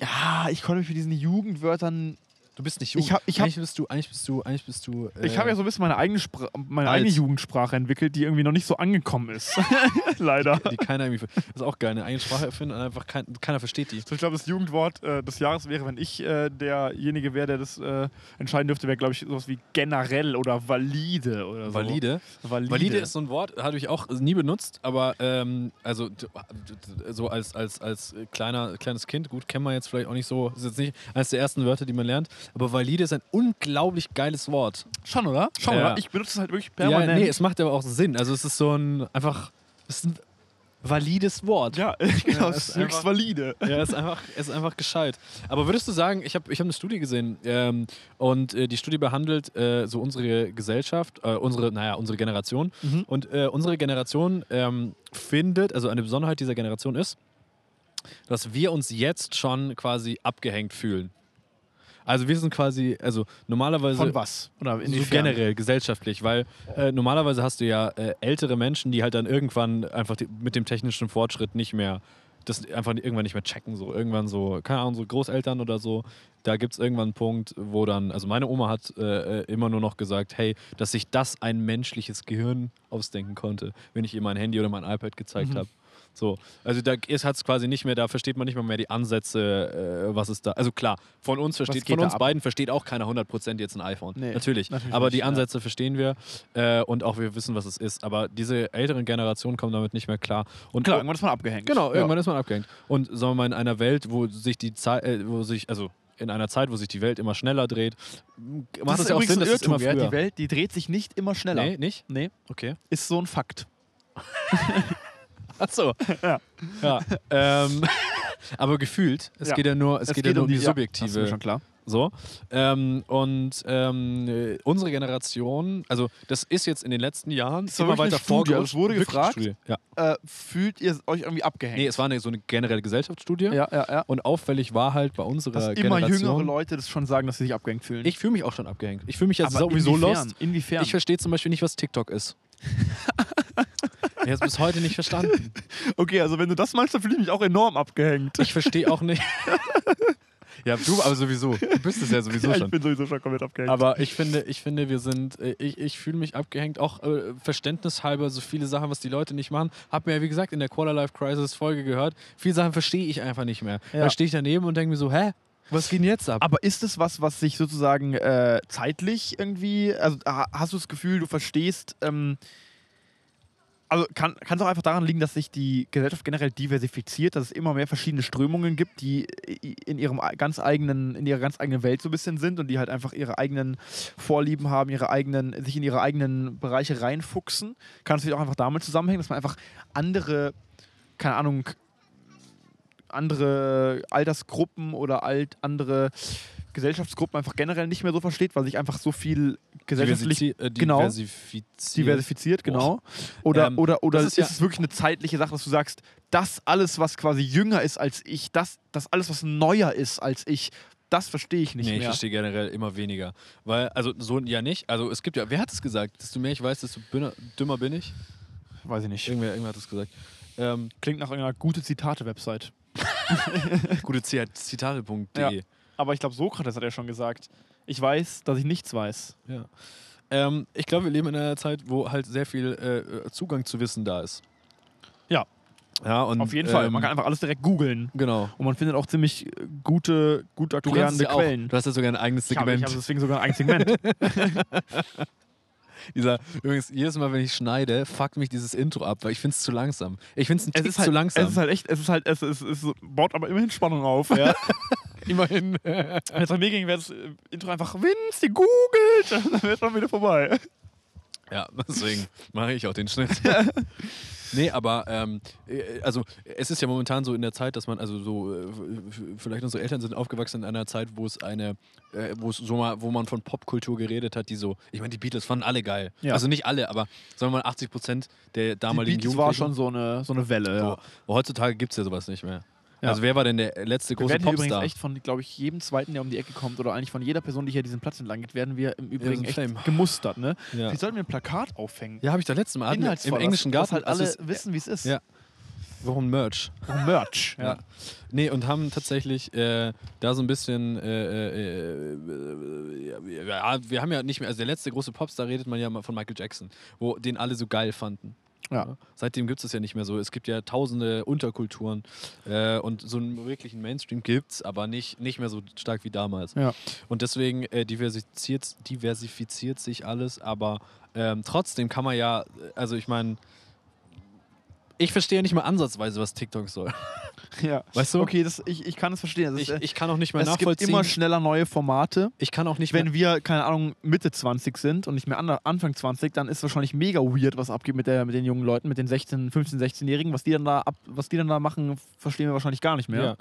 [SPEAKER 2] Ja, ich konnte mich mit diesen Jugendwörtern.
[SPEAKER 3] Du bist nicht jung.
[SPEAKER 2] Ich hab- ich hab-
[SPEAKER 3] eigentlich bist du, eigentlich bist du, eigentlich bist du. Äh,
[SPEAKER 2] ich habe ja so ein bisschen meine eigene, Spr meine
[SPEAKER 3] alt.
[SPEAKER 2] eigene Jugendsprache entwickelt, die irgendwie noch nicht so angekommen ist. Leider.
[SPEAKER 3] die keiner irgendwie. Das ist auch geil, eine eigene Sprache erfinden und einfach kein, keiner versteht die.
[SPEAKER 2] So, ich glaube, das Jugendwort äh, des Jahres wäre, wenn ich äh, derjenige wäre, der das äh, entscheiden dürfte, wäre, glaube ich, sowas wie generell oder valide oder
[SPEAKER 3] Valide.
[SPEAKER 2] so. Valide.
[SPEAKER 3] Valide ist so ein Wort, hatte ich auch nie benutzt, aber ähm, also d- d- so als, als, als kleiner, kleines Kind, gut, kennen wir jetzt vielleicht auch nicht so, ist jetzt nicht eines der ersten Wörter, die man lernt, aber valide ist ein unglaublich geiles Wort.
[SPEAKER 2] Schon, oder? Schon,
[SPEAKER 3] Ja.
[SPEAKER 2] oder? Ich benutze es halt wirklich
[SPEAKER 3] Ja,
[SPEAKER 2] permanent.
[SPEAKER 3] nee, es macht aber auch Sinn. Also es ist so ein einfach es ist ein valides Wort.
[SPEAKER 2] ja genau,
[SPEAKER 3] Ja,
[SPEAKER 2] es
[SPEAKER 3] es
[SPEAKER 2] ist
[SPEAKER 3] ist
[SPEAKER 2] höchst
[SPEAKER 3] einfach-
[SPEAKER 2] valide.
[SPEAKER 3] Ja, ist einfach, ist einfach gescheit. Aber würdest du sagen, ich habe ich hab eine Studie gesehen ähm, und äh, die Studie behandelt äh, so unsere Gesellschaft, äh, unsere, naja, unsere Generation.
[SPEAKER 2] Mhm.
[SPEAKER 3] Und äh, unsere Generation ähm, findet, also eine Besonderheit dieser Generation ist, dass wir uns jetzt schon quasi abgehängt fühlen. Also wir sind quasi, also normalerweise
[SPEAKER 2] Von was? Oder
[SPEAKER 3] so
[SPEAKER 2] inwiefern?
[SPEAKER 3] generell gesellschaftlich, weil äh, normalerweise hast du ja äh, ältere Menschen, die halt dann irgendwann einfach die, mit dem technischen Fortschritt nicht mehr das einfach irgendwann nicht mehr checken so irgendwann so keine Ahnung so Großeltern oder so da gibt es irgendwann einen Punkt wo dann also meine Oma hat äh, äh, immer nur noch gesagt hey dass sich das ein menschliches Gehirn ausdenken konnte wenn ich ihr mein Handy oder mein iPad gezeigt habe so also da hat es quasi nicht mehr da versteht man nicht mal mehr die Ansätze äh, was ist da also klar von uns versteht
[SPEAKER 2] geht
[SPEAKER 3] von
[SPEAKER 2] da
[SPEAKER 3] uns
[SPEAKER 2] ab?
[SPEAKER 3] beiden versteht auch keiner 100% jetzt ein iPhone
[SPEAKER 2] Nee,
[SPEAKER 3] natürlich.
[SPEAKER 2] natürlich
[SPEAKER 3] aber die
[SPEAKER 2] nicht,
[SPEAKER 3] Ansätze verstehen wir äh, und auch wir wissen, was es ist. Aber diese älteren Generationen kommen damit nicht mehr klar. Und
[SPEAKER 2] Klar, irgendwann ist man abgehängt.
[SPEAKER 3] genau, irgendwann
[SPEAKER 2] ja.
[SPEAKER 3] ist man abgehängt. Und sagen wir mal, in einer Welt, wo sich die Zeit, äh, wo sich, also in einer Zeit, wo sich die Welt immer schneller dreht, macht
[SPEAKER 2] das
[SPEAKER 3] es
[SPEAKER 2] ist
[SPEAKER 3] ja auch
[SPEAKER 2] übrigens
[SPEAKER 3] Sinn,
[SPEAKER 2] ein
[SPEAKER 3] dass es
[SPEAKER 2] Irrtum,
[SPEAKER 3] immer
[SPEAKER 2] ja.
[SPEAKER 3] früher.
[SPEAKER 2] Die Welt, die dreht sich nicht immer schneller.
[SPEAKER 3] nee, nicht?
[SPEAKER 2] Nee,
[SPEAKER 3] Okay.
[SPEAKER 2] ist so ein Fakt.
[SPEAKER 3] Achso.
[SPEAKER 2] Ja.
[SPEAKER 3] ja. Ähm, aber gefühlt, es
[SPEAKER 2] Ja.
[SPEAKER 3] geht ja nur, es, geht, ja nur um die,
[SPEAKER 2] ja, das ist mir
[SPEAKER 3] subjektive
[SPEAKER 2] schon klar.
[SPEAKER 3] So. Ähm, und ähm, äh, unsere Generation, also das ist jetzt in den letzten Jahren
[SPEAKER 2] Das war
[SPEAKER 3] immer
[SPEAKER 2] wirklich
[SPEAKER 3] weiter
[SPEAKER 2] eine Studie, also es
[SPEAKER 3] vorgerutscht.
[SPEAKER 2] wurde
[SPEAKER 3] Wirklich
[SPEAKER 2] gefragt.
[SPEAKER 3] Studie, Ja.
[SPEAKER 2] Äh, fühlt ihr euch irgendwie abgehängt?
[SPEAKER 3] Nee, es war eine, so eine generelle Gesellschaftsstudie.
[SPEAKER 2] ja, ja, ja.
[SPEAKER 3] Und auffällig war halt bei unserer
[SPEAKER 2] Dass immer
[SPEAKER 3] Generation.
[SPEAKER 2] jüngere Leute das schon sagen, dass sie sich abgehängt fühlen.
[SPEAKER 3] Ich fühle mich auch schon abgehängt. Ich fühle mich jetzt
[SPEAKER 2] Aber
[SPEAKER 3] sowieso
[SPEAKER 2] inwiefern?
[SPEAKER 3] lost.
[SPEAKER 2] Inwiefern?
[SPEAKER 3] Ich verstehe zum Beispiel nicht, was TikTok ist. ich habe es bis heute nicht verstanden.
[SPEAKER 2] okay, also wenn du das meinst, dann fühle ich mich auch enorm abgehängt.
[SPEAKER 3] Ich verstehe auch nicht. ja, du aber sowieso. Du bist es ja sowieso
[SPEAKER 2] ja, ich
[SPEAKER 3] schon.
[SPEAKER 2] bin sowieso schon komplett abgehängt.
[SPEAKER 3] Aber ich finde, ich finde, wir sind, äh, ich, ich fühle mich abgehängt, auch äh, verständnishalber, so viele Sachen, was die Leute nicht machen. Hab mir ja, wie gesagt, in der Quarter Life Crisis Folge gehört. Viele Sachen verstehe ich einfach nicht mehr.
[SPEAKER 2] Ja.
[SPEAKER 3] Da stehe ich daneben und denke mir so, hä? Was geht denn jetzt ab?
[SPEAKER 2] Aber ist es was, was sich sozusagen äh, zeitlich irgendwie, also ha- hast du das Gefühl, du verstehst, ähm, also kann kann es auch einfach daran liegen, dass sich die Gesellschaft generell diversifiziert, dass es immer mehr verschiedene Strömungen gibt, die i- in ihrem ei- ganz eigenen, in ihrer ganz eigenen Welt so ein bisschen sind und die halt einfach ihre eigenen Vorlieben haben, ihre eigenen, sich in ihre eigenen Bereiche reinfuchsen. Kann es vielleicht auch einfach damit zusammenhängen, dass man einfach andere, keine Ahnung, andere Altersgruppen oder alt, andere Gesellschaftsgruppen einfach generell nicht mehr so versteht, weil sich einfach so viel gesellschaftlich
[SPEAKER 3] Diversizi- äh,
[SPEAKER 2] genau.
[SPEAKER 3] diversifiziert.
[SPEAKER 2] diversifiziert, genau. Oder,
[SPEAKER 3] Ähm,
[SPEAKER 2] oder, oder
[SPEAKER 3] das
[SPEAKER 2] ist,
[SPEAKER 3] ist ja-
[SPEAKER 2] es wirklich eine zeitliche Sache, dass du sagst, das alles, was quasi jünger ist als ich, das, das alles, was neuer ist als ich, das verstehe ich nicht
[SPEAKER 3] nee, ich
[SPEAKER 2] mehr.
[SPEAKER 3] verstehe generell immer weniger. Weil, also so ja nicht. Also es gibt ja, wer hat es gesagt? Desto mehr ich weiß, desto bünner, dümmer bin ich.
[SPEAKER 2] Weiß ich nicht.
[SPEAKER 3] Irgendwer, irgendwer hat es gesagt. Ähm,
[SPEAKER 2] Äh, Klingt nach einer gute Zitate-Website.
[SPEAKER 3] gute Zitat- Zitate.de.
[SPEAKER 2] Ja. Aber ich glaube, Sokrates hat ja schon gesagt, ich weiß, dass ich nichts weiß.
[SPEAKER 3] Ja. Ähm, ich glaube, wir leben in einer Zeit, wo halt sehr viel äh, Zugang zu Wissen da ist.
[SPEAKER 2] Ja.
[SPEAKER 3] Ja, und
[SPEAKER 2] Auf jeden Fall.
[SPEAKER 3] ähm,
[SPEAKER 2] Man kann einfach alles direkt googeln.
[SPEAKER 3] genau.
[SPEAKER 2] Und man findet auch ziemlich äh, gute, gut erklärende
[SPEAKER 3] ja
[SPEAKER 2] Quellen.
[SPEAKER 3] Auch, du hast ja sogar ein eigenes
[SPEAKER 2] ich habe ich hab
[SPEAKER 3] Segment.
[SPEAKER 2] deswegen sogar ein Segment.
[SPEAKER 3] Dieser, übrigens, jedes Mal, wenn ich schneide, fuckt mich dieses Intro ab, weil ich finde es zu langsam. Ich finde es ein Tick zu langsam.
[SPEAKER 2] Es ist halt echt, es ist halt, es, es, es baut aber immerhin Spannung auf. Ja.
[SPEAKER 3] immerhin.
[SPEAKER 2] Wenn es nach mir ging, wäre das äh, Intro einfach Vince, die googelt. Dann wäre es schon wieder vorbei.
[SPEAKER 3] Ja, deswegen mache ich auch den Schnitt. nee, aber ähm, äh, also es ist ja momentan so in der Zeit, dass man also so äh, f- vielleicht unsere Eltern sind aufgewachsen in einer Zeit, wo es eine äh, wo es so mal wo man von Popkultur geredet hat, die so ich meine die Beatles fanden alle geil.
[SPEAKER 2] Ja.
[SPEAKER 3] Also nicht alle, aber sagen wir mal 80 Prozent der damaligen Jugendlichen.
[SPEAKER 2] so eine, so eine Welle.
[SPEAKER 3] so. Aber heutzutage gibt es ja sowas nicht mehr.
[SPEAKER 2] Ja.
[SPEAKER 3] Also wer war denn der letzte
[SPEAKER 2] Wir
[SPEAKER 3] große
[SPEAKER 2] werden hier übrigens
[SPEAKER 3] Popstar?
[SPEAKER 2] echt von, glaube ich, jedem Zweiten, der um die Ecke kommt oder eigentlich von jeder Person, die hier diesen Platz entlang geht, werden wir im Übrigen
[SPEAKER 3] sind
[SPEAKER 2] echt
[SPEAKER 3] Fame.
[SPEAKER 2] gemustert. Ne?
[SPEAKER 3] Ja.
[SPEAKER 2] Wie sollten wir ein Plakat aufhängen?
[SPEAKER 3] ja, habe ich doch letztes Mal hatten wir im
[SPEAKER 2] Inhaltsvoll, dass-
[SPEAKER 3] englischen Garten.
[SPEAKER 2] Dass halt
[SPEAKER 3] also
[SPEAKER 2] alle
[SPEAKER 3] es-
[SPEAKER 2] wissen, wie es ist.
[SPEAKER 3] Ja. warum Merch?
[SPEAKER 2] Merch.
[SPEAKER 3] Ja. Nee, und haben tatsächlich äh, da so ein bisschen. Äh, äh, äh, ja, wir haben ja nicht mehr. Also, der letzte große Popstar redet man ja mal von Michael Jackson, wo den alle so geil fanden.
[SPEAKER 2] Ja.
[SPEAKER 3] Seitdem gibt es das ja nicht mehr so. Es gibt ja tausende Unterkulturen äh, und so einen wirklichen Mainstream gibt es, aber nicht, nicht mehr so stark wie damals.
[SPEAKER 2] Ja.
[SPEAKER 3] Und deswegen äh, diversifiziert, diversifiziert sich alles, aber ähm, trotzdem kann man ja, also ich meine, ich verstehe nicht mal ansatzweise, was TikTok soll.
[SPEAKER 2] ja.
[SPEAKER 3] Weißt du?
[SPEAKER 2] Okay, das, ich, ich kann es verstehen. Das
[SPEAKER 3] Ich,
[SPEAKER 2] ist, äh,
[SPEAKER 3] ich kann auch nicht mehr
[SPEAKER 2] es gibt
[SPEAKER 3] nachvollziehen.
[SPEAKER 2] immer schneller neue Formate.
[SPEAKER 3] ich kann auch nicht mehr.
[SPEAKER 2] Wenn wir, keine Ahnung, Mitte 20 sind und nicht mehr ander- Anfang 20, dann ist wahrscheinlich mega weird, was abgeht mit, der, mit den jungen Leuten, mit den 16, 15, 16-Jährigen. Was, die dann da ab- was die dann da machen, verstehen wir wahrscheinlich gar nicht mehr.
[SPEAKER 3] Ja.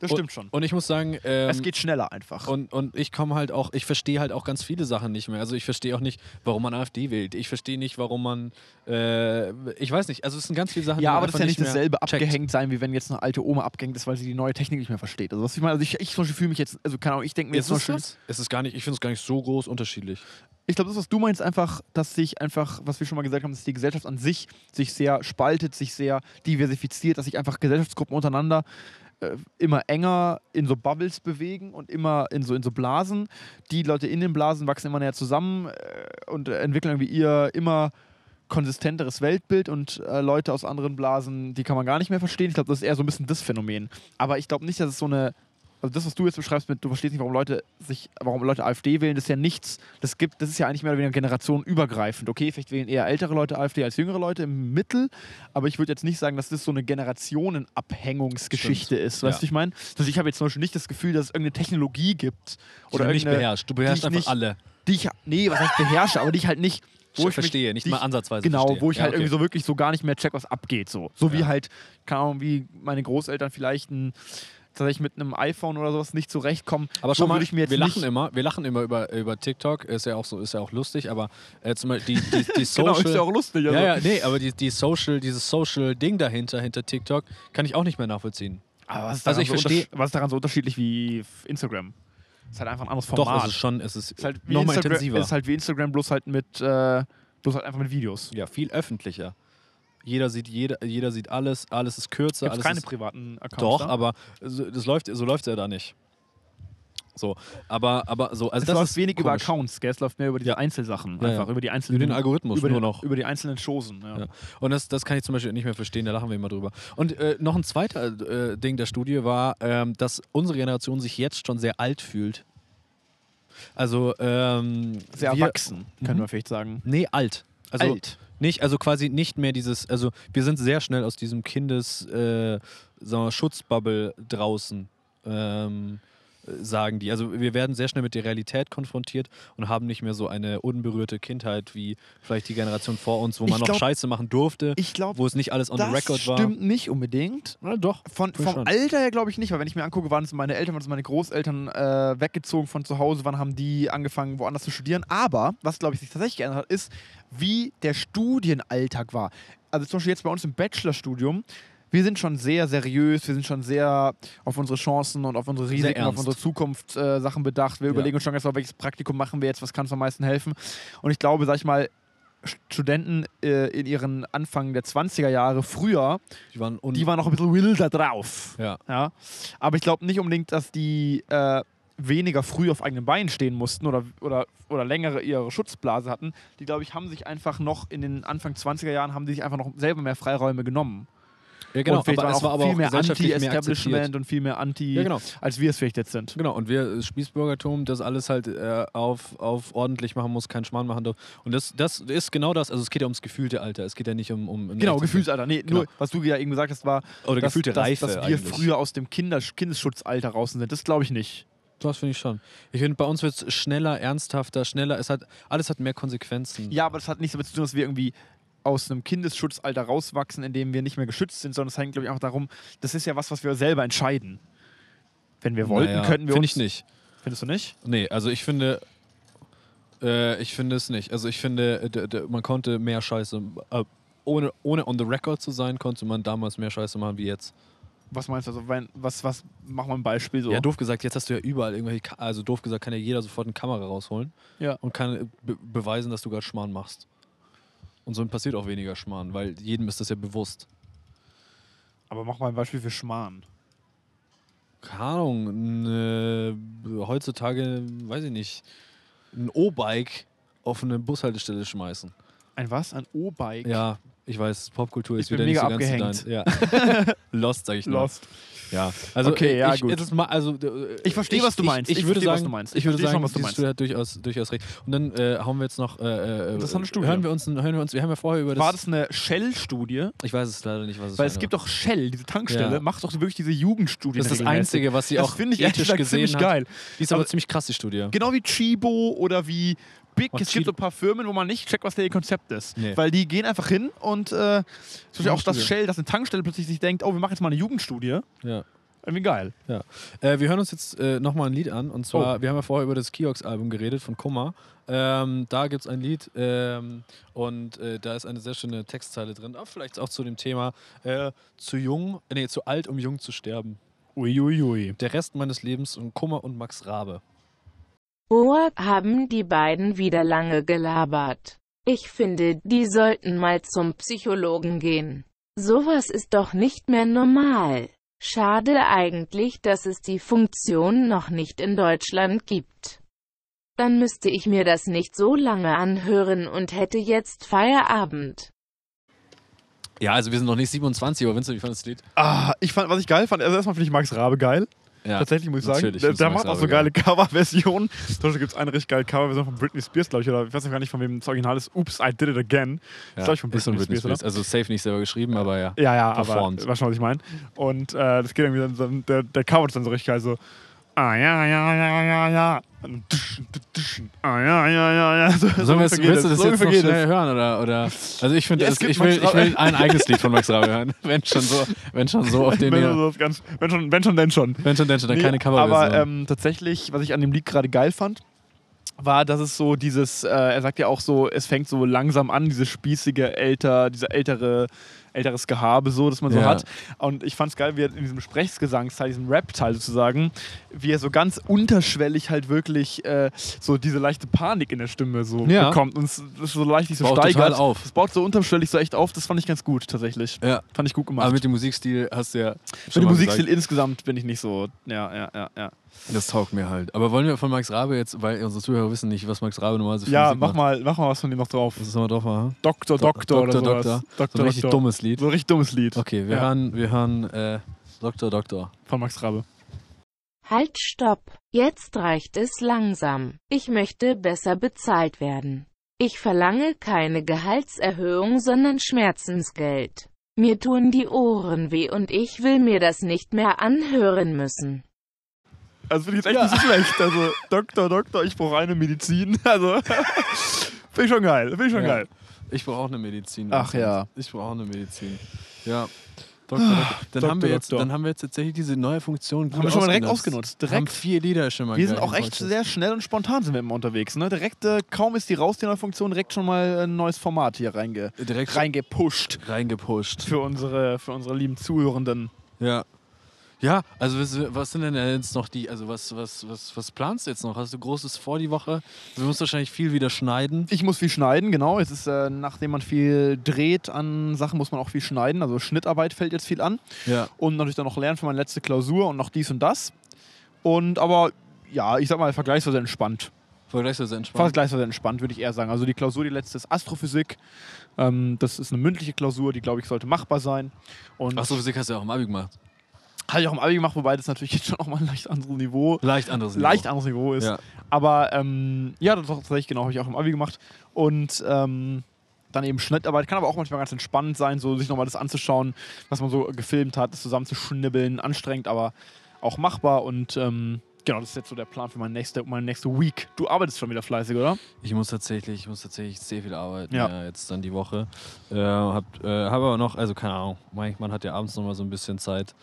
[SPEAKER 2] Das
[SPEAKER 3] und, Und ich muss sagen, ähm,
[SPEAKER 2] es geht schneller einfach.
[SPEAKER 3] und, und ich komme halt auch, ich verstehe halt auch ganz viele Sachen nicht mehr. Also ich verstehe auch nicht, warum man AfD wählt. Ich verstehe nicht, warum man, äh, ich weiß nicht. Also es sind ganz viele Sachen. die
[SPEAKER 2] ja,
[SPEAKER 3] man
[SPEAKER 2] aber das ist ja
[SPEAKER 3] einfach
[SPEAKER 2] nicht
[SPEAKER 3] mehr
[SPEAKER 2] dasselbe
[SPEAKER 3] checkt.
[SPEAKER 2] abgehängt sein, wie wenn jetzt eine alte Oma abgehängt ist, weil sie die neue Technik nicht mehr versteht. Also, was ich meine, also ich, ich zum Beispiel fühle mich jetzt, also keine Ahnung, ich denke mir jetzt
[SPEAKER 3] Ist
[SPEAKER 2] zum
[SPEAKER 3] es,
[SPEAKER 2] Beispiel,
[SPEAKER 3] das? es ist gar nicht, ich finde es gar nicht so groß unterschiedlich.
[SPEAKER 2] ich glaube, das, was du meinst, einfach, dass sich einfach, was wir schon mal gesagt haben, dass die Gesellschaft an sich sich sehr spaltet, sich sehr diversifiziert, dass sich einfach Gesellschaftsgruppen untereinander äh, immer enger in so Bubbles bewegen und immer in so, in so Blasen. Die Leute in den Blasen wachsen immer näher zusammen äh, und äh, entwickeln irgendwie ihr immer konsistenteres Weltbild und äh, Leute aus anderen Blasen, die kann man gar nicht mehr verstehen. Ich glaube, das ist eher so ein bisschen das Phänomen. Aber ich glaube nicht, dass es so eine also das, was du jetzt beschreibst, mit, du verstehst nicht, warum Leute sich, warum Leute AfD wählen, das ist ja nichts. Das gibt, das ist ja eigentlich mehr oder weniger generationenübergreifend. Okay, vielleicht wählen eher ältere Leute AfD als jüngere Leute im Mittel, aber ich würde jetzt nicht sagen, dass das so eine Generationenabhängungsgeschichte
[SPEAKER 3] Stimmt.
[SPEAKER 2] ist. Weißt
[SPEAKER 3] Ja.
[SPEAKER 2] du, ich meine? Also ich habe jetzt zum Beispiel nicht das Gefühl, dass es irgendeine Technologie gibt
[SPEAKER 3] Oder
[SPEAKER 2] oder
[SPEAKER 3] du nicht
[SPEAKER 2] irgendeine,
[SPEAKER 3] beherrscht. Du beherrschst
[SPEAKER 2] die ich
[SPEAKER 3] einfach
[SPEAKER 2] nicht-
[SPEAKER 3] alle.
[SPEAKER 2] die ich, nee, was heißt beherrsche, aber die ich halt nicht,
[SPEAKER 3] Ich verstehe, nicht
[SPEAKER 2] die
[SPEAKER 3] mal
[SPEAKER 2] ich-
[SPEAKER 3] ansatzweise
[SPEAKER 2] Genau,
[SPEAKER 3] verstehe.
[SPEAKER 2] wo ich
[SPEAKER 3] Ja,
[SPEAKER 2] halt
[SPEAKER 3] okay.
[SPEAKER 2] irgendwie so wirklich so gar nicht mehr check, was abgeht. So, so wie halt, keine Ahnung, wie meine Großeltern vielleicht ein tatsächlich mit einem iPhone oder sowas nicht zurechtkommen.
[SPEAKER 3] Aber
[SPEAKER 2] so
[SPEAKER 3] schon mal,
[SPEAKER 2] würde ich mir jetzt
[SPEAKER 3] wir lachen
[SPEAKER 2] nicht,
[SPEAKER 3] immer, wir lachen immer über, über TikTok, ist ja auch so, ist ja auch lustig, aber äh, zum Beispiel die, die, die Social.
[SPEAKER 2] Genau, ist ja auch lustig. Also.
[SPEAKER 3] Ja, ja, nee, aber die, die Social, dieses Social Ding dahinter, hinter TikTok, kann ich auch nicht mehr nachvollziehen.
[SPEAKER 2] Aber was ist,
[SPEAKER 3] Also
[SPEAKER 2] daran
[SPEAKER 3] ich
[SPEAKER 2] so untersch-
[SPEAKER 3] verstehe-
[SPEAKER 2] was ist daran so unterschiedlich wie f- Instagram? Ist halt einfach ein anderes Format.
[SPEAKER 3] Doch, es ist schon, es ist,
[SPEAKER 2] ist halt wie
[SPEAKER 3] nochmal
[SPEAKER 2] Instagram,
[SPEAKER 3] intensiver.
[SPEAKER 2] Ist halt wie Instagram, bloß halt mit, äh, bloß halt einfach mit Videos.
[SPEAKER 3] ja, viel öffentlicher. Jeder sieht jeder, jeder sieht alles, alles ist kürzer,
[SPEAKER 2] Gibt
[SPEAKER 3] alles
[SPEAKER 2] keine
[SPEAKER 3] ist
[SPEAKER 2] privaten Accounts.
[SPEAKER 3] Doch,
[SPEAKER 2] da?
[SPEAKER 3] aber so, das läuft, so läuft es ja da nicht. So, aber, aber so, also
[SPEAKER 2] es
[SPEAKER 3] das
[SPEAKER 2] läuft
[SPEAKER 3] ist
[SPEAKER 2] wenig über
[SPEAKER 3] komisch.
[SPEAKER 2] Accounts, gell? es läuft mehr über diese Einzelsachen,
[SPEAKER 3] Ja,
[SPEAKER 2] einfach
[SPEAKER 3] ja.
[SPEAKER 2] über die einzelnen
[SPEAKER 3] Über den Algorithmus
[SPEAKER 2] über
[SPEAKER 3] nur
[SPEAKER 2] den-
[SPEAKER 3] noch.
[SPEAKER 2] über die einzelnen Chosen. Ja.
[SPEAKER 3] Ja. Und das, das kann ich zum Beispiel nicht mehr verstehen, da lachen wir immer drüber. Und äh, noch ein zweiter äh, Ding der Studie war, ähm, dass unsere Generation sich jetzt schon sehr alt fühlt. Also, ähm,
[SPEAKER 2] Sehr
[SPEAKER 3] wir- Mhm.
[SPEAKER 2] erwachsen, können wir vielleicht sagen.
[SPEAKER 3] Nee, alt. Also
[SPEAKER 2] Alt.
[SPEAKER 3] nicht, also quasi nicht mehr dieses, also wir sind sehr schnell aus diesem Kindes, äh, sagen wir, Schutzbubble draußen, ähm, äh, sagen die. Also wir werden sehr schnell mit der Realität konfrontiert und haben nicht mehr so eine unberührte Kindheit wie vielleicht die Generation vor uns, wo
[SPEAKER 2] Ich
[SPEAKER 3] man noch
[SPEAKER 2] glaub-
[SPEAKER 3] Scheiße machen durfte,
[SPEAKER 2] Ich glaube,
[SPEAKER 3] wo es nicht alles on the
[SPEAKER 2] das
[SPEAKER 3] record war.
[SPEAKER 2] stimmt nicht unbedingt.
[SPEAKER 3] Na doch.
[SPEAKER 2] Von,
[SPEAKER 3] Tu ich
[SPEAKER 2] vom
[SPEAKER 3] schon.
[SPEAKER 2] Alter her glaube ich nicht, weil wenn ich mir angucke, wann sind meine Eltern, wann sind meine Großeltern äh, weggezogen von zu Hause, wann haben die angefangen, woanders zu studieren. Aber was, glaube ich, sich tatsächlich geändert hat, ist, wie der Studienalltag war. Also zum Beispiel jetzt bei uns im Bachelorstudium, wir sind schon sehr seriös, wir sind schon sehr auf unsere Chancen und auf unsere Risiken, auf
[SPEAKER 3] ernst.
[SPEAKER 2] unsere Zukunft äh, Sachen bedacht. Wir überlegen uns schon ganz genau, welches Praktikum machen wir jetzt, was kann uns am meisten helfen. Und ich glaube, sag ich mal, Studenten äh, in ihren Anfang der 20er Jahre früher,
[SPEAKER 3] Die waren un
[SPEAKER 2] die waren noch ein bisschen wilder drauf.
[SPEAKER 3] Mhm. ja.
[SPEAKER 2] Ja. Aber ich glaube nicht unbedingt, dass die äh, weniger früh auf eigenen Beinen stehen mussten oder, oder, oder längere ihre Schutzblase hatten. Die, glaube ich, haben sich einfach noch in den Anfang 20er Jahren, haben die sich einfach noch selber mehr Freiräume genommen.
[SPEAKER 3] ja, genau.
[SPEAKER 2] und vielleicht
[SPEAKER 3] aber
[SPEAKER 2] waren
[SPEAKER 3] es war aber
[SPEAKER 2] viel
[SPEAKER 3] auch
[SPEAKER 2] mehr
[SPEAKER 3] gesellschaftlich mehr akzeptiert.
[SPEAKER 2] Anti-Establishment und viel mehr Anti,
[SPEAKER 3] Ja, genau.
[SPEAKER 2] als wir es vielleicht jetzt sind.
[SPEAKER 3] Genau, und wir äh, Spießbürgertum, das alles halt äh, auf, auf ordentlich machen muss, keinen Schmarrn machen darf. Und das, das ist genau das. Also es geht ja ums gefühlte Alter. Es geht ja nicht um. um
[SPEAKER 2] Genau,
[SPEAKER 3] um-
[SPEAKER 2] Gefühlsalter. Nee, nur,
[SPEAKER 3] Genau.
[SPEAKER 2] was du ja eben gesagt hast, war,
[SPEAKER 3] Oder gefühlte
[SPEAKER 2] dass,
[SPEAKER 3] Reife
[SPEAKER 2] dass wir
[SPEAKER 3] eigentlich.
[SPEAKER 2] früher aus dem Kinder Kindesschutzalter raus sind. Das glaube ich nicht.
[SPEAKER 3] Das finde ich schon. Ich finde, bei uns wird es schneller, ernsthafter, schneller. Es hat, alles hat mehr Konsequenzen.
[SPEAKER 2] Ja, aber das hat nichts damit zu tun, dass wir irgendwie aus einem Kindesschutzalter rauswachsen, in dem wir nicht mehr geschützt sind, sondern es hängt, glaube ich, einfach darum, das ist ja was, was wir selber entscheiden. Wenn wir wollten,
[SPEAKER 3] Naja,
[SPEAKER 2] könnten wir
[SPEAKER 3] Finde
[SPEAKER 2] uns...
[SPEAKER 3] ich nicht.
[SPEAKER 2] Findest du nicht?
[SPEAKER 3] Nee, also ich finde. Äh, ich finde es nicht. Also ich finde, äh, d- d- man konnte mehr Scheiße. Äh, ohne, ohne on the record zu sein, konnte man damals mehr Scheiße machen wie jetzt.
[SPEAKER 2] Was meinst du? Also, wenn, was, was, mach mal ein Beispiel so.
[SPEAKER 3] Ja, doof gesagt, jetzt hast du ja überall irgendwelche, Ka also doof gesagt, kann ja jeder sofort eine Kamera rausholen
[SPEAKER 2] Ja.
[SPEAKER 3] und kann äh, be beweisen, dass du gerade Schmarrn machst. Und so passiert auch weniger Schmarrn, weil jedem ist das ja bewusst.
[SPEAKER 2] Aber mach mal ein Beispiel für Schmarrn.
[SPEAKER 3] Keine Ahnung, ne, heutzutage, weiß ich nicht, ein O-Bike auf eine Bushaltestelle schmeißen.
[SPEAKER 2] Ein was? Ein O-Bike?
[SPEAKER 3] Ja, ich weiß, Popkultur
[SPEAKER 2] Ich
[SPEAKER 3] ist
[SPEAKER 2] bin
[SPEAKER 3] wieder nicht so
[SPEAKER 2] mega
[SPEAKER 3] ganz so dein. Ja. Lost, sag ich nur.
[SPEAKER 2] Lost.
[SPEAKER 3] Ja, also
[SPEAKER 2] Okay, ja,
[SPEAKER 3] ich,
[SPEAKER 2] gut.
[SPEAKER 3] Es ist mal, also, äh,
[SPEAKER 2] Ich verstehe, was du meinst.
[SPEAKER 3] Ich,
[SPEAKER 2] Ich
[SPEAKER 3] würde
[SPEAKER 2] verstehe, was
[SPEAKER 3] sagen,
[SPEAKER 2] du meinst.
[SPEAKER 3] Ich
[SPEAKER 2] Ich
[SPEAKER 3] würde
[SPEAKER 2] verstehe
[SPEAKER 3] sagen,
[SPEAKER 2] schon, was du
[SPEAKER 3] dieses
[SPEAKER 2] meinst.
[SPEAKER 3] Studio hat durchaus, durchaus recht. Und dann äh, haben wir jetzt noch. Äh, äh,
[SPEAKER 2] Interessante
[SPEAKER 3] äh,
[SPEAKER 2] Studie.
[SPEAKER 3] Hören wir uns, hören wir uns. Wir haben ja vorher über das.
[SPEAKER 2] War das eine Shell-Studie?
[SPEAKER 3] Ich weiß es leider nicht, was es
[SPEAKER 2] Weil
[SPEAKER 3] war.
[SPEAKER 2] es gibt doch Shell, diese Tankstelle,
[SPEAKER 3] Ja.
[SPEAKER 2] macht doch wirklich diese Jugendstudien.
[SPEAKER 3] Das ist das
[SPEAKER 2] regelmäßig.
[SPEAKER 3] Einzige, was sie
[SPEAKER 2] das
[SPEAKER 3] auch
[SPEAKER 2] finde ich
[SPEAKER 3] ethisch
[SPEAKER 2] ehrlich gesagt
[SPEAKER 3] gesehen
[SPEAKER 2] ziemlich
[SPEAKER 3] hat.
[SPEAKER 2] geil.
[SPEAKER 3] Die ist aber,
[SPEAKER 2] aber-
[SPEAKER 3] ziemlich krass, die Studie.
[SPEAKER 2] Genau wie Chibo oder wie Big.
[SPEAKER 3] Ach,
[SPEAKER 2] es gibt
[SPEAKER 3] Chibo.
[SPEAKER 2] so ein paar Firmen, wo man nicht checkt, was der ihr Konzept ist.
[SPEAKER 3] Nee.
[SPEAKER 2] Weil die gehen einfach hin und äh, zum Beispiel auch das
[SPEAKER 3] Studie.
[SPEAKER 2] Shell, dass eine Tankstelle plötzlich sich denkt, oh, wir machen jetzt mal eine Jugendstudie.
[SPEAKER 3] Ja.
[SPEAKER 2] Irgendwie geil.
[SPEAKER 3] Ja. Äh, wir hören uns jetzt äh, nochmal ein Lied an. Und zwar, wir haben ja vorher über das Kiosk-Album geredet von Kummer. Ähm, da gibt es ein Lied ähm, und äh, da ist eine sehr schöne Textzeile drin. Aber vielleicht auch zu dem Thema äh, zu jung, nee, zu alt, um jung zu sterben.
[SPEAKER 2] Uiuiui.
[SPEAKER 3] Der Rest meines Lebens und Kummer und Max Rabe.
[SPEAKER 4] Boah, haben die beiden wieder lange gelabert. Ich finde, die sollten mal zum Psychologen gehen. Sowas ist doch nicht mehr normal. Schade eigentlich, dass es die Funktion noch nicht in Deutschland gibt. Dann müsste ich mir das nicht so lange anhören und hätte jetzt Feierabend.
[SPEAKER 3] Ja, also wir sind noch nicht 27, aber Vincent, wie fandest du das Lied?
[SPEAKER 2] Ah, ich fand, was ich geil fand, also erstmal finde ich Max Rabe geil.
[SPEAKER 3] Ja,
[SPEAKER 2] Tatsächlich muss ich sagen.
[SPEAKER 3] natürlich
[SPEAKER 2] Der,
[SPEAKER 3] findest
[SPEAKER 2] der
[SPEAKER 3] du Max
[SPEAKER 2] macht auch so
[SPEAKER 3] Rabe
[SPEAKER 2] geile Coverversionen. Zum Beispiel gibt es eine richtig geile Coverversion von Britney Spears, glaube ich, oder ich weiß noch gar nicht, von wem das Original ist. Oops, I did it again.
[SPEAKER 3] ja.
[SPEAKER 2] Das glaube ich von
[SPEAKER 3] ist von
[SPEAKER 2] Britney, Spears, oder?
[SPEAKER 3] Also safe nicht selber geschrieben, aber ja.
[SPEAKER 2] Ja, ja,
[SPEAKER 3] performt.
[SPEAKER 2] aber weißt schon, was ich meine. Und äh, das geht irgendwie dann, dann der, der Cover ist dann so richtig geil, so Ah, ja, ja, ja, ja, ja. Und tsch, tsch, Ah, ja, ja, ja, ja. So,
[SPEAKER 3] Sollen wir jetzt, willst du das jetzt noch
[SPEAKER 2] vergeht
[SPEAKER 3] schnell hören? Oder, oder? Also ich finde,
[SPEAKER 2] Ja, es
[SPEAKER 3] das-
[SPEAKER 2] gibt
[SPEAKER 3] ich, will,
[SPEAKER 2] Max
[SPEAKER 3] ich will
[SPEAKER 2] Rabe.
[SPEAKER 3] ein eigenes Lied von Max Rabe hören. Wenn schon so, wenn schon so auf den
[SPEAKER 2] Wenn,
[SPEAKER 3] hier.
[SPEAKER 2] so das ganz, wenn, schon, wenn schon, denn schon.
[SPEAKER 3] Wenn schon, dann schon, dann keine
[SPEAKER 2] Nee,
[SPEAKER 3] ne? Coverversion.
[SPEAKER 2] Aber ähm, tatsächlich, was ich an dem Lied gerade geil fand, war, dass es so dieses, äh, er sagt ja auch so, es fängt so langsam an, dieses spießige, älter, dieser ältere, älteres Gehabe so, das man so
[SPEAKER 3] Ja.
[SPEAKER 2] hat. Und ich fand's geil, wie er in diesem Sprechgesangsteil, diesem Rap-Teil sozusagen, wie er so ganz unterschwellig halt wirklich äh, so diese leichte Panik in der Stimme so
[SPEAKER 3] Ja.
[SPEAKER 2] bekommt und es es so leicht sich so
[SPEAKER 3] Baut total
[SPEAKER 2] steigert.
[SPEAKER 3] auf.
[SPEAKER 2] Das baut so unterschwellig so echt auf, das fand ich ganz gut tatsächlich.
[SPEAKER 3] ja.
[SPEAKER 2] Fand ich gut gemacht.
[SPEAKER 3] Aber Also mit dem Musikstil hast du ja.
[SPEAKER 2] Für
[SPEAKER 3] schon
[SPEAKER 2] den
[SPEAKER 3] mal
[SPEAKER 2] Musikstil
[SPEAKER 3] gesagt,
[SPEAKER 2] insgesamt bin ich nicht so, ja, ja, ja, ja.
[SPEAKER 3] Das taugt mir halt. Aber wollen wir von Max Rabe jetzt, weil unsere Zuhörer wissen nicht, was Max Rabe normalerweise für
[SPEAKER 2] Ja,
[SPEAKER 3] Musik
[SPEAKER 2] mach
[SPEAKER 3] macht.
[SPEAKER 2] mal, mach mal was von dem noch drauf.
[SPEAKER 3] Was ist nochmal drauf? Aha.
[SPEAKER 2] Doktor, Doktor, oder
[SPEAKER 3] Doktor,
[SPEAKER 2] sowas.
[SPEAKER 3] Doktor. So
[SPEAKER 2] Doktor,
[SPEAKER 3] ein richtig
[SPEAKER 2] Doktor.
[SPEAKER 3] dummes Lied.
[SPEAKER 2] So ein richtig dummes Lied.
[SPEAKER 3] Okay, wir
[SPEAKER 2] Ja.
[SPEAKER 3] hören, wir hören äh, Doktor, Doktor.
[SPEAKER 2] Von Max Rabe.
[SPEAKER 4] Halt, stopp. Jetzt reicht es langsam. Ich möchte besser bezahlt werden. Ich verlange keine Gehaltserhöhung, sondern Schmerzensgeld. Mir tun die Ohren weh und ich will mir das nicht mehr anhören müssen.
[SPEAKER 2] Also finde ich jetzt echt nicht so schlecht. Also, Doktor, Doktor, ich brauche eine Medizin. Also, finde ich schon geil. Finde ich schon
[SPEAKER 3] Ja.
[SPEAKER 2] geil.
[SPEAKER 3] Ich brauche auch eine Medizin.
[SPEAKER 2] Ach ja. Ah,
[SPEAKER 3] Ich brauche auch eine Medizin. Ja. Doktor, Doktor. Dann,
[SPEAKER 2] Doktor,
[SPEAKER 3] haben wir jetzt,
[SPEAKER 2] Doktor.
[SPEAKER 3] dann haben wir jetzt tatsächlich diese neue Funktion gut
[SPEAKER 2] Haben wir schon mal direkt ausgenutzt.
[SPEAKER 3] Haben
[SPEAKER 2] Direkt.
[SPEAKER 3] vier Lieder schon mal.
[SPEAKER 2] Wir sind
[SPEAKER 3] gleich
[SPEAKER 2] auch
[SPEAKER 3] im
[SPEAKER 2] echt
[SPEAKER 3] Podcast.
[SPEAKER 2] sehr schnell und spontan sind wir immer unterwegs. Ne? Direkt, äh, kaum ist die raus, die neue Funktion, direkt schon mal ein neues Format hier reinge
[SPEAKER 3] direkt
[SPEAKER 2] reingepusht.
[SPEAKER 3] reingepusht.
[SPEAKER 2] Für unsere, für unsere lieben Zuhörenden.
[SPEAKER 3] Ja. Ja, also was, was sind denn jetzt noch die, also was, was, was, was planst du jetzt noch? Hast du Großes vor die Woche? Du musst wahrscheinlich viel wieder schneiden.
[SPEAKER 2] Ich muss viel schneiden, genau. Es ist, äh, nachdem man viel dreht an Sachen, muss man auch viel schneiden. Also Schnittarbeit fällt jetzt viel an.
[SPEAKER 3] Ja.
[SPEAKER 2] und natürlich dann noch lernen für meine letzte Klausur und noch dies und das. Und aber ja, ich sag mal vergleichsweise entspannt.
[SPEAKER 3] Vergleichsweise entspannt.
[SPEAKER 2] Vergleichsweise entspannt, würde ich eher sagen. Also die Klausur, die letzte ist Astrophysik. Ähm, das ist eine mündliche Klausur, die glaube ich sollte machbar sein. Und
[SPEAKER 3] Achso, Physik hast du ja auch im Abi gemacht.
[SPEAKER 2] habe ich auch im Abi gemacht, wobei das natürlich jetzt schon auch mal ein leicht anderes Niveau,
[SPEAKER 3] Leicht anderes Niveau.
[SPEAKER 2] leicht anderes Niveau ist.
[SPEAKER 3] Ja.
[SPEAKER 2] Aber ähm, ja, das doch tatsächlich genau, habe ich auch im Abi gemacht. Und ähm, dann eben Schnittarbeit. Kann aber auch manchmal ganz entspannend sein, so sich nochmal das anzuschauen, was man so gefilmt hat, das zusammenzuschnibbeln. Anstrengend, aber auch machbar. Und ähm, genau, das ist jetzt so der Plan für meine nächste, meine nächste Week. Du arbeitest schon wieder fleißig, oder?
[SPEAKER 3] Ich muss tatsächlich, ich muss tatsächlich sehr viel arbeiten.
[SPEAKER 2] Ja.
[SPEAKER 3] Ja. jetzt dann die Woche. Äh, hab, äh, hab aber noch, also keine Ahnung, manchmal hat ja abends noch mal so ein bisschen Zeit.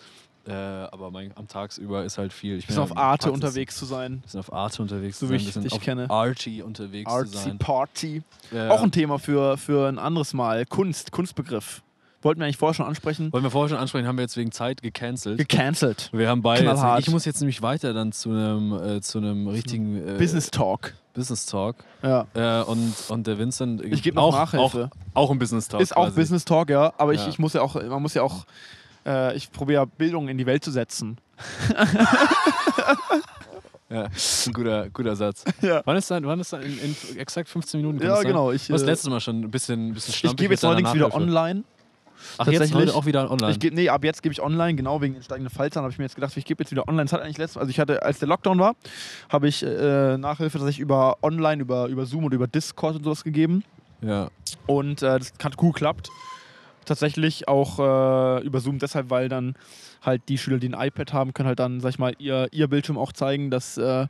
[SPEAKER 3] Äh, aber mein, am Tagsüber ist halt viel. Ich
[SPEAKER 2] Bist auf
[SPEAKER 3] ja
[SPEAKER 2] Arte
[SPEAKER 3] Praxis-
[SPEAKER 2] unterwegs zu sein.
[SPEAKER 3] Bisschen auf Arte unterwegs
[SPEAKER 2] So
[SPEAKER 3] zu
[SPEAKER 2] wie
[SPEAKER 3] sein.
[SPEAKER 2] ich
[SPEAKER 3] bisschen
[SPEAKER 2] dich
[SPEAKER 3] auf
[SPEAKER 2] kenne.
[SPEAKER 3] Archie unterwegs zu
[SPEAKER 2] Artsy
[SPEAKER 3] sein.
[SPEAKER 2] Party.
[SPEAKER 3] Äh,
[SPEAKER 2] Auch ein Thema für, für ein anderes Mal. Kunst, Kunstbegriff. Wollten wir eigentlich vorher schon ansprechen.
[SPEAKER 3] wollen wir vorher schon ansprechen, haben wir jetzt wegen Zeit gecancelt.
[SPEAKER 2] Gecancelt.
[SPEAKER 3] wir haben beide. Jetzt,
[SPEAKER 2] Knallhart.
[SPEAKER 3] ich muss jetzt nämlich weiter dann zu einem äh, zu einem richtigen äh,
[SPEAKER 2] Business Talk.
[SPEAKER 3] Business Talk.
[SPEAKER 2] Ja.
[SPEAKER 3] Äh, und, und der Vincent. äh,
[SPEAKER 2] Ich geb noch
[SPEAKER 3] auch,
[SPEAKER 2] Nachhilfe.
[SPEAKER 3] Auch, auch ein Business Talk.
[SPEAKER 2] Ist auch
[SPEAKER 3] quasi.
[SPEAKER 2] Business Talk, ja. Aber ich,
[SPEAKER 3] Ja.
[SPEAKER 2] ich muss ja auch, man muss ja auch, äh, ich probiere ja Bildung in die Welt zu setzen.
[SPEAKER 3] Ja, ein guter, guter Satz.
[SPEAKER 2] Ja.
[SPEAKER 3] Wann ist dann, wann ist dann in, in exakt 15 Minuten? kann
[SPEAKER 2] Ja,
[SPEAKER 3] das sein?
[SPEAKER 2] genau, ich,
[SPEAKER 3] du warst
[SPEAKER 2] äh,
[SPEAKER 3] letztes Mal schon ein bisschen, ein bisschen
[SPEAKER 2] Ich
[SPEAKER 3] schlampig
[SPEAKER 2] gebe
[SPEAKER 3] mit
[SPEAKER 2] jetzt
[SPEAKER 3] deiner
[SPEAKER 2] allerdings wieder
[SPEAKER 3] Nachhilfe.
[SPEAKER 2] online.
[SPEAKER 3] Ach, jetzt
[SPEAKER 2] tatsächlich.
[SPEAKER 3] heute auch wieder online.
[SPEAKER 2] Ich gebe, nee, ab jetzt gebe ich online, genau wegen den steigenden Fallzahlen habe ich mir jetzt gedacht, ich gebe jetzt wieder online. Das hat eigentlich letztes, also ich hatte, als der Lockdown war, habe ich äh, Nachhilfe tatsächlich über online, über, über Zoom und über Discord und sowas gegeben.
[SPEAKER 3] ja.
[SPEAKER 2] Und äh, das hat gut geklappt. Tatsächlich auch äh, über Zoom deshalb, weil dann halt die Schüler, die ein iPad haben, können halt dann, sag ich mal, ihr, ihr Bildschirm auch zeigen, dass, äh,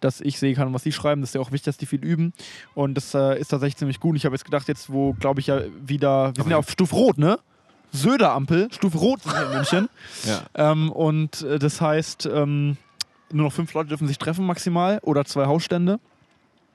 [SPEAKER 2] dass ich sehen kann, was sie schreiben. Das ist ja auch wichtig, dass die viel üben. Und das äh, ist tatsächlich ziemlich gut. Und ich habe jetzt gedacht, jetzt wo, glaube ich, ja wieder, wir sind ja auf Stufe Rot, ne? Söder-Ampel, Stufe Rot sind wir in München.
[SPEAKER 3] ja.
[SPEAKER 2] Ähm, und äh, das heißt, ähm, nur noch fünf Leute dürfen sich treffen maximal oder zwei Hausstände.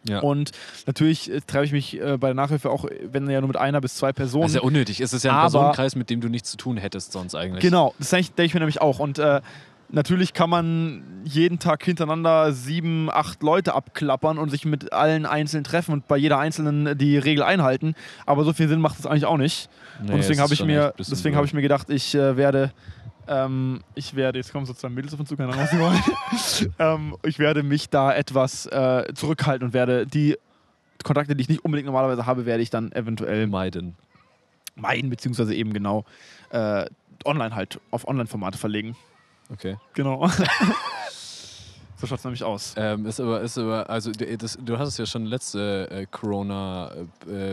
[SPEAKER 3] Ja.
[SPEAKER 2] Und natürlich äh, treffe ich mich äh, bei der Nachhilfe auch, äh, wenn ja nur mit einer bis zwei Personen.
[SPEAKER 3] das ist ja unnötig. Es ist ja ein
[SPEAKER 2] Aber-
[SPEAKER 3] Personenkreis, mit dem du nichts zu tun hättest sonst eigentlich.
[SPEAKER 2] genau, das denke ich, denk ich mir nämlich auch. Und äh, natürlich kann man jeden Tag hintereinander sieben, acht Leute abklappern und sich mit allen einzeln treffen und bei jeder einzelnen die Regel einhalten. Aber so viel Sinn macht es eigentlich auch nicht.
[SPEAKER 3] Nee,
[SPEAKER 2] und
[SPEAKER 3] es
[SPEAKER 2] deswegen
[SPEAKER 3] ist
[SPEAKER 2] habe ich
[SPEAKER 3] schon
[SPEAKER 2] mir,
[SPEAKER 3] echt ein bisschen
[SPEAKER 2] deswegen
[SPEAKER 3] blöd.
[SPEAKER 2] habe ich mir gedacht, ich äh, werde ähm, ich werde, jetzt kommen so zwei Mädels auf uns zu, keine Ahnung, was sie wollen. ähm, ich werde mich da etwas äh, zurückhalten und werde die Kontakte, die ich nicht unbedingt normalerweise habe, werde ich dann eventuell
[SPEAKER 3] meiden.
[SPEAKER 2] meiden, beziehungsweise eben genau äh, online halt auf Online-Formate verlegen.
[SPEAKER 3] Okay.
[SPEAKER 2] Genau. so schaut es nämlich aus.
[SPEAKER 3] Ähm, ist aber, ist aber, also d- das, du hast es ja schon letzte äh, Corona äh,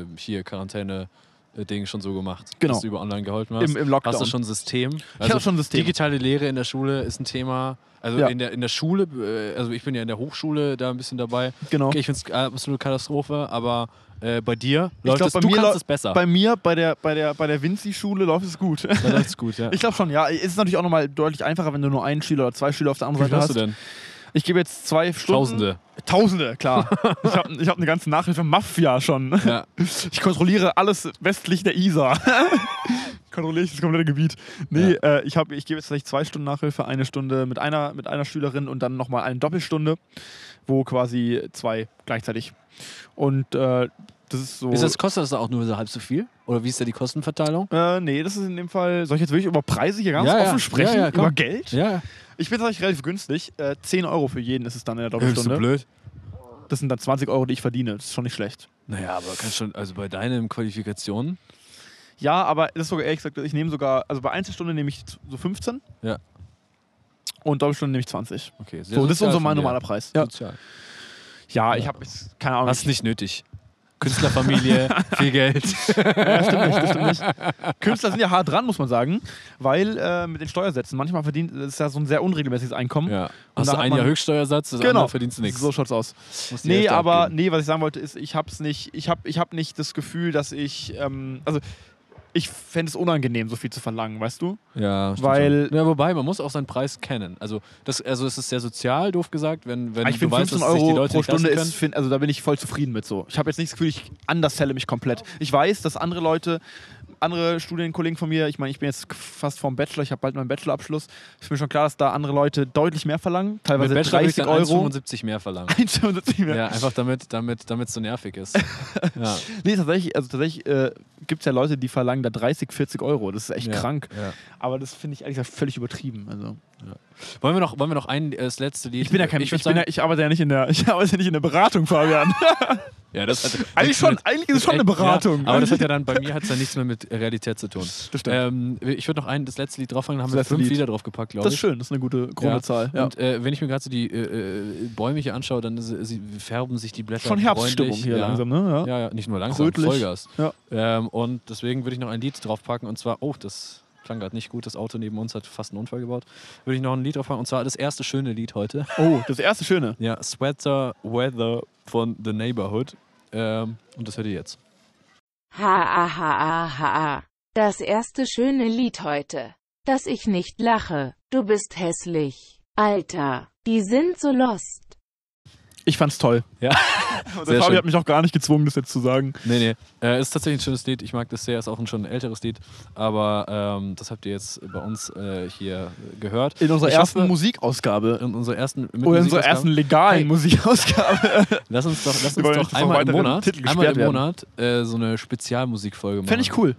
[SPEAKER 3] äh, hier Quarantäne Ding schon so gemacht,
[SPEAKER 2] Genau.
[SPEAKER 3] dass du über online geholfen hast.
[SPEAKER 2] Im, im Lockdown.
[SPEAKER 3] Hast du schon ein System? Also,
[SPEAKER 2] hab schon ein System.
[SPEAKER 3] Digitale Lehre in der Schule ist ein Thema. Also
[SPEAKER 2] Ja.
[SPEAKER 3] in, der, in der Schule, äh, also ich bin ja in der Hochschule da ein bisschen dabei.
[SPEAKER 2] Genau.
[SPEAKER 3] Okay, ich finde es absolute Katastrophe, aber äh, bei dir
[SPEAKER 2] Ich
[SPEAKER 3] läuft
[SPEAKER 2] glaub,
[SPEAKER 3] es, du kannst
[SPEAKER 2] lau-
[SPEAKER 3] es besser.
[SPEAKER 2] Bei mir, bei der, bei der, bei der Vinci-Schule läuft es gut.
[SPEAKER 3] da läuft es gut, ja.
[SPEAKER 2] Ich glaube schon, ja. Es ist natürlich auch nochmal deutlich einfacher, wenn du nur einen Schüler oder zwei Schüler auf der
[SPEAKER 3] Wie
[SPEAKER 2] anderen
[SPEAKER 3] viel
[SPEAKER 2] Seite
[SPEAKER 3] hast
[SPEAKER 2] hast.
[SPEAKER 3] du denn?
[SPEAKER 2] Ich gebe jetzt zwei Stunden.
[SPEAKER 3] Tausende.
[SPEAKER 2] Tausende, klar. ich habe ich hab eine ganze Nachhilfe-Mafia schon.
[SPEAKER 3] Ja.
[SPEAKER 2] Ich kontrolliere alles westlich der Isar. Kontrolliere ich das komplette Gebiet. Nee, äh, ich, hab, ich gebe jetzt vielleicht zwei Stunden Nachhilfe, eine Stunde mit einer, mit einer Schülerin und dann nochmal eine Doppelstunde, wo quasi zwei gleichzeitig. Und äh, das ist so.
[SPEAKER 3] Ist das, kostet das auch nur so halb so viel? Oder wie ist da die Kostenverteilung?
[SPEAKER 2] äh, nee, das ist in dem Fall. Soll ich jetzt wirklich über Preise hier ganz
[SPEAKER 3] Ja, ja.
[SPEAKER 2] offen sprechen?
[SPEAKER 3] Ja, ja, komm.
[SPEAKER 2] über Geld?
[SPEAKER 3] Ja,
[SPEAKER 2] Ich bin tatsächlich relativ günstig. Äh, 10 Euro für jeden ist es dann in der
[SPEAKER 3] bist du
[SPEAKER 2] Doppelstunde.
[SPEAKER 3] blöd?
[SPEAKER 2] Das sind dann 20 Euro, die ich verdiene. Das ist schon nicht schlecht.
[SPEAKER 3] Naja, aber kannst schon, also bei deinen Qualifikationen.
[SPEAKER 2] Ja, aber das ist sogar ehrlich gesagt, ich nehme sogar, also bei Einzelstunde nehme ich so 15.
[SPEAKER 3] Ja.
[SPEAKER 2] Und Doppelstunde nehme ich 20.
[SPEAKER 3] Okay, sehr
[SPEAKER 2] So, das ist
[SPEAKER 3] sozial
[SPEAKER 2] unser
[SPEAKER 3] von
[SPEAKER 2] mein
[SPEAKER 3] dir.
[SPEAKER 2] normaler Preis.
[SPEAKER 3] Ja. Sozial.
[SPEAKER 2] ja ich habe jetzt keine Ahnung.
[SPEAKER 3] Hast nicht nötig. Künstlerfamilie, viel Geld.
[SPEAKER 2] Künstler sind ja hart dran, muss man sagen, weil äh, mit den Steuersätzen manchmal verdient, das ist ja so ein sehr unregelmäßiges Einkommen.
[SPEAKER 3] Ja.
[SPEAKER 2] Und
[SPEAKER 3] Hast
[SPEAKER 2] da
[SPEAKER 3] du
[SPEAKER 2] hat
[SPEAKER 3] ein Jahr
[SPEAKER 2] man-
[SPEAKER 3] Höchststeuersatz, das
[SPEAKER 2] Genau.
[SPEAKER 3] andere verdienst du nichts.
[SPEAKER 2] So schaut's aus.
[SPEAKER 3] Musst die
[SPEAKER 2] Nee,
[SPEAKER 3] Hälfte
[SPEAKER 2] aber
[SPEAKER 3] abgeben.
[SPEAKER 2] nee, was ich sagen wollte, ist, ich hab's nicht, ich hab, ich hab nicht das Gefühl, dass ich, ähm, also ich fände es unangenehm, so viel zu verlangen, weißt du?
[SPEAKER 3] Ja, stimmt
[SPEAKER 2] weil-
[SPEAKER 3] schon. Ja, wobei, man muss auch seinen Preis kennen. Also, das, also es ist sehr sozial, doof gesagt, wenn, wenn
[SPEAKER 2] Ah, ich
[SPEAKER 3] du
[SPEAKER 2] finde
[SPEAKER 3] weißt,
[SPEAKER 2] 15
[SPEAKER 3] dass sich die
[SPEAKER 2] Euro
[SPEAKER 3] Leute
[SPEAKER 2] pro
[SPEAKER 3] nicht leisten
[SPEAKER 2] Stunde
[SPEAKER 3] können.
[SPEAKER 2] ist, find, also da bin ich voll zufrieden mit so. Ich habe jetzt nicht das Gefühl, ich underselle mich komplett. Ich weiß, dass andere Leute, andere Studienkollegen von mir, ich meine, ich bin jetzt fast vorm Bachelor, ich habe bald meinen Bachelorabschluss. Ist mir schon klar, dass da andere Leute deutlich mehr verlangen,
[SPEAKER 3] Mit
[SPEAKER 2] teilweise
[SPEAKER 3] Bachelor würde ich
[SPEAKER 2] 30
[SPEAKER 3] dann
[SPEAKER 2] also Euro.
[SPEAKER 3] 1,75 mehr verlangen.
[SPEAKER 2] 1,75 mehr.
[SPEAKER 3] Ja, einfach damit, damit, damit es so nervig ist. Ja,
[SPEAKER 2] Nee, tatsächlich, also tatsächlich äh, gibt es ja Leute, die verlangen da 30, 40 Euro. Das ist echt
[SPEAKER 3] ja,
[SPEAKER 2] krank.
[SPEAKER 3] Ja.
[SPEAKER 2] Aber das finde ich ehrlich gesagt völlig übertrieben. Also.
[SPEAKER 3] Wollen wir noch, wollen wir noch ein, äh, das letzte Lied?
[SPEAKER 2] Ich bin ja kein
[SPEAKER 3] ich
[SPEAKER 2] ich,
[SPEAKER 3] würd
[SPEAKER 2] bin
[SPEAKER 3] sagen,
[SPEAKER 2] ja, ich arbeite ja nicht in der ich arbeite ja nicht in der Beratung, Fabian.
[SPEAKER 3] ja, das hat,
[SPEAKER 2] eigentlich schon,
[SPEAKER 3] mit-
[SPEAKER 2] eigentlich ist es schon eine
[SPEAKER 3] Ja,
[SPEAKER 2] Beratung.
[SPEAKER 3] aber das hat ja dann, bei mir hat es ja nichts mehr mit Realität zu tun.
[SPEAKER 2] Das stimmt.
[SPEAKER 3] Ähm, ich würde noch ein, das letzte Lied drauffangen, da haben
[SPEAKER 2] Das
[SPEAKER 3] wir
[SPEAKER 2] letzte
[SPEAKER 3] fünf
[SPEAKER 2] Lied.
[SPEAKER 3] Lieder draufgepackt, glaube
[SPEAKER 2] das
[SPEAKER 3] ich.
[SPEAKER 2] ist schön, das ist eine gute grobe
[SPEAKER 3] Ja.
[SPEAKER 2] Zahl. Ja.
[SPEAKER 3] Und äh, wenn ich mir gerade so die äh, äh, Bäume hier anschaue, dann sie, sie färben sich die Blätter.
[SPEAKER 2] Schon Herbststimmung
[SPEAKER 3] bräunlich.
[SPEAKER 2] hier
[SPEAKER 3] ja.
[SPEAKER 2] langsam, ne? Ja.
[SPEAKER 3] Ja, ja, nicht nur langsam,
[SPEAKER 2] Rötlich.
[SPEAKER 3] Vollgas.
[SPEAKER 2] Ja.
[SPEAKER 3] Ähm, und deswegen würde ich noch ein Lied draufpacken und zwar, oh, das klang gerade nicht gut, das Auto neben uns hat fast einen Unfall gebaut. Würde ich noch ein Lied draufpacken und zwar das erste schöne Lied heute.
[SPEAKER 2] Oh, das erste Schöne.
[SPEAKER 3] Ja, Sweater Weather von The Neighborhood. Ähm, und das hört ihr jetzt.
[SPEAKER 4] Ha ha ha ha ha. Das erste schöne Lied heute. Dass ich nicht lache. Du bist hässlich. Alter, die sind so lost.
[SPEAKER 2] Ich fand's toll.
[SPEAKER 3] Ja.
[SPEAKER 2] Und der
[SPEAKER 3] Sehr schön.
[SPEAKER 2] Fabi hat mich auch gar nicht gezwungen, das jetzt zu sagen.
[SPEAKER 3] Nee, nee. Äh, ist tatsächlich ein schönes Lied. Ich mag das sehr. Ist auch ein schon älteres Lied. Aber ähm, das habt ihr jetzt bei uns äh, hier gehört.
[SPEAKER 2] In unserer
[SPEAKER 3] Ich
[SPEAKER 2] ersten
[SPEAKER 3] hoffe-
[SPEAKER 2] Musikausgabe.
[SPEAKER 3] in unserer ersten mit
[SPEAKER 2] Oder in unserer
[SPEAKER 3] Musikausgabe.
[SPEAKER 2] ersten legalen
[SPEAKER 3] Hey.
[SPEAKER 2] Musikausgabe.
[SPEAKER 3] Lass uns doch, lass
[SPEAKER 2] Wir
[SPEAKER 3] uns
[SPEAKER 2] wollen
[SPEAKER 3] doch
[SPEAKER 2] nicht, dass
[SPEAKER 3] einmal
[SPEAKER 2] noch
[SPEAKER 3] im
[SPEAKER 2] weitere
[SPEAKER 3] Monat,
[SPEAKER 2] Titel
[SPEAKER 3] einmal im
[SPEAKER 2] gesperrt werden.
[SPEAKER 3] Monat äh, so eine Spezialmusikfolge machen.
[SPEAKER 2] Fände ich cool.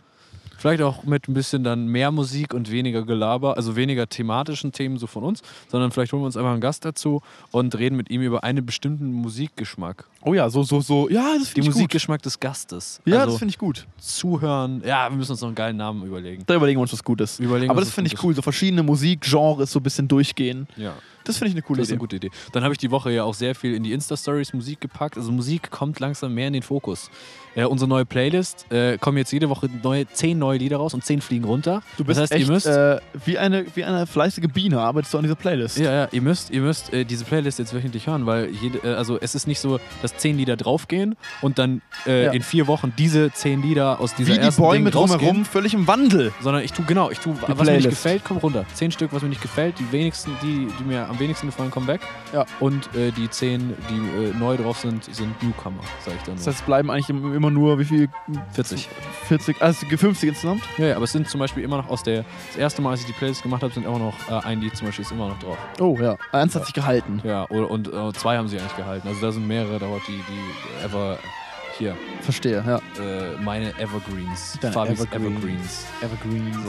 [SPEAKER 3] Vielleicht auch mit ein bisschen dann mehr Musik und weniger Gelaber, also weniger thematischen Themen so von uns, sondern vielleicht holen wir uns einfach einen Gast dazu und reden mit ihm über einen bestimmten Musikgeschmack.
[SPEAKER 2] Oh ja, so, so, so. Ja, das
[SPEAKER 3] Den
[SPEAKER 2] finde ich gut.
[SPEAKER 3] Musikgeschmack des Gastes.
[SPEAKER 2] Ja,
[SPEAKER 3] also
[SPEAKER 2] das finde ich gut.
[SPEAKER 3] zuhören. Ja, wir müssen uns noch einen geilen Namen überlegen.
[SPEAKER 2] Da überlegen wir uns was Gutes.
[SPEAKER 3] Wir überlegen
[SPEAKER 2] Aber
[SPEAKER 3] uns
[SPEAKER 2] das
[SPEAKER 3] was
[SPEAKER 2] finde ich
[SPEAKER 3] Gutes.
[SPEAKER 2] cool. So verschiedene Musikgenres so ein bisschen durchgehen.
[SPEAKER 3] Ja.
[SPEAKER 2] Das finde ich eine coole
[SPEAKER 3] Das ist eine
[SPEAKER 2] Idee.
[SPEAKER 3] gute Idee. Dann habe ich die Woche ja auch sehr viel in die Insta-Stories Musik gepackt. Also Musik kommt langsam mehr in den Fokus. Äh, unsere neue Playlist äh, kommen jetzt jede Woche neue, zehn neue Lieder raus und zehn fliegen runter.
[SPEAKER 2] Du bist
[SPEAKER 3] das heißt,
[SPEAKER 2] echt
[SPEAKER 3] ihr müsst.
[SPEAKER 2] äh, wie, eine, wie eine fleißige Biene arbeitest du an dieser Playlist.
[SPEAKER 3] ja, ja, ihr müsst, ihr müsst äh, diese Playlist jetzt wöchentlich hören, weil jede, äh, also es ist nicht so, dass zehn Lieder draufgehen und dann äh,
[SPEAKER 2] Ja.
[SPEAKER 3] in vier Wochen diese zehn Lieder aus dieser
[SPEAKER 2] Wie die
[SPEAKER 3] ersten
[SPEAKER 2] Bäume
[SPEAKER 3] Ding rausgehen.
[SPEAKER 2] drumherum, völlig im Wandel.
[SPEAKER 3] sondern ich tue genau, ich tue, was mir
[SPEAKER 2] Playlist.
[SPEAKER 3] nicht gefällt, kommt runter. Zehn Stück, was mir nicht gefällt, die wenigsten, die, die mir am wenigsten gefallen, kommen weg.
[SPEAKER 2] Ja.
[SPEAKER 3] Und äh, die zehn, die äh, neu drauf sind, sind Newcomer, sage ich dann.
[SPEAKER 2] Das
[SPEAKER 3] Nur.
[SPEAKER 2] heißt, es bleiben eigentlich im- immer nur, wie viel?
[SPEAKER 3] 40.
[SPEAKER 2] 40, also 50 insgesamt?
[SPEAKER 3] Ja, ja, aber es sind zum Beispiel immer noch aus der, das erste Mal, als ich die Playlist gemacht habe, sind immer noch äh, ein Lied zum Beispiel ist immer noch drauf.
[SPEAKER 2] Oh ja. Eins hat sich gehalten.
[SPEAKER 3] Ja, und, und äh, zwei haben sie eigentlich gehalten. Also da sind mehrere dort, die, die ever hier,
[SPEAKER 2] Verstehe, ja.
[SPEAKER 3] äh, meine Evergreens,
[SPEAKER 2] Deine
[SPEAKER 3] Fabis
[SPEAKER 2] Evergreens.
[SPEAKER 3] Evergreens.
[SPEAKER 2] Evergreen.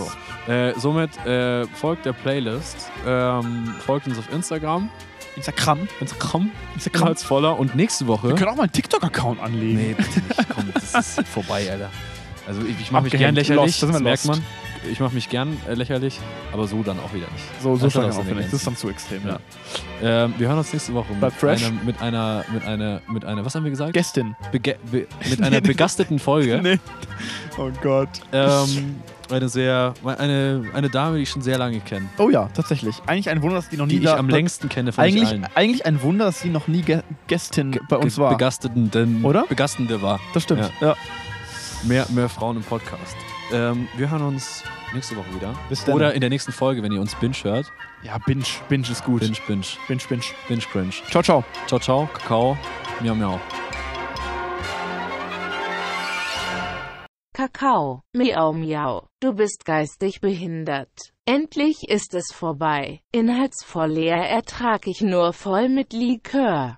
[SPEAKER 2] So.
[SPEAKER 3] Äh, somit äh, folgt der Playlist, ähm, folgt uns auf Instagram,
[SPEAKER 2] Instagram.
[SPEAKER 3] Instagram,
[SPEAKER 2] Instagram.
[SPEAKER 3] Karls voller und nächste Woche.
[SPEAKER 2] Wir können auch mal einen TikTok-Account anlegen.
[SPEAKER 3] bitte nicht. Komm, das ist vorbei, Alter. Also ich, ich mache mich gern
[SPEAKER 2] Abgehängt.
[SPEAKER 3] lächerlich,
[SPEAKER 2] Lost, da sind
[SPEAKER 3] das
[SPEAKER 2] wir
[SPEAKER 3] merkt man.
[SPEAKER 2] lost.
[SPEAKER 3] Ich mache mich gern äh, lächerlich, aber so dann auch wieder nicht.
[SPEAKER 2] So, so
[SPEAKER 3] Das
[SPEAKER 2] stark
[SPEAKER 3] hat auch
[SPEAKER 2] auch
[SPEAKER 3] seine
[SPEAKER 2] nicht. Das ist
[SPEAKER 3] Grenzen.
[SPEAKER 2] dann zu extrem.
[SPEAKER 3] Ja.
[SPEAKER 2] Ja.
[SPEAKER 3] Ähm, wir hören uns nächste Woche
[SPEAKER 2] Bleibt
[SPEAKER 3] mit
[SPEAKER 2] fresh.
[SPEAKER 3] einer, mit einer, mit einer, mit einer, was haben wir gesagt?
[SPEAKER 2] Gästin.
[SPEAKER 3] Bege be mit
[SPEAKER 2] Nee, nee.
[SPEAKER 3] einer begasteten Folge.
[SPEAKER 2] Nee. Oh Gott.
[SPEAKER 3] Ähm, eine sehr, eine, eine Dame, die ich schon sehr lange kenne,
[SPEAKER 2] Oh ja, tatsächlich. Eigentlich ein Wunder, dass die noch nie
[SPEAKER 3] die ich
[SPEAKER 2] da-
[SPEAKER 3] am längsten kenne von euch
[SPEAKER 2] eigentlich,
[SPEAKER 3] allen.
[SPEAKER 2] eigentlich ein Wunder, dass sie noch nie Gä- Gästin bei uns
[SPEAKER 3] Ge-
[SPEAKER 2] war.
[SPEAKER 3] Begasteten, denn
[SPEAKER 2] Oder?
[SPEAKER 3] Begastende war.
[SPEAKER 2] Das stimmt. Ja.
[SPEAKER 3] Mehr, mehr Frauen im Podcast. Ähm, wir hören uns nächste Woche wieder.
[SPEAKER 2] Bis dann.
[SPEAKER 3] Oder in der nächsten Folge, wenn ihr uns Binge hört.
[SPEAKER 2] ja, Binge. Binge ist gut.
[SPEAKER 3] Binge, Binge,
[SPEAKER 2] Binge, Binge.
[SPEAKER 3] Binge, Cringe.
[SPEAKER 2] Ciao, ciao.
[SPEAKER 3] Ciao, ciao, Kakao, miau, miau.
[SPEAKER 4] Kakao, miau miau, du bist geistig behindert. Endlich ist es vorbei. Inhaltsvoll leer ertrag ich nur voll mit Likör.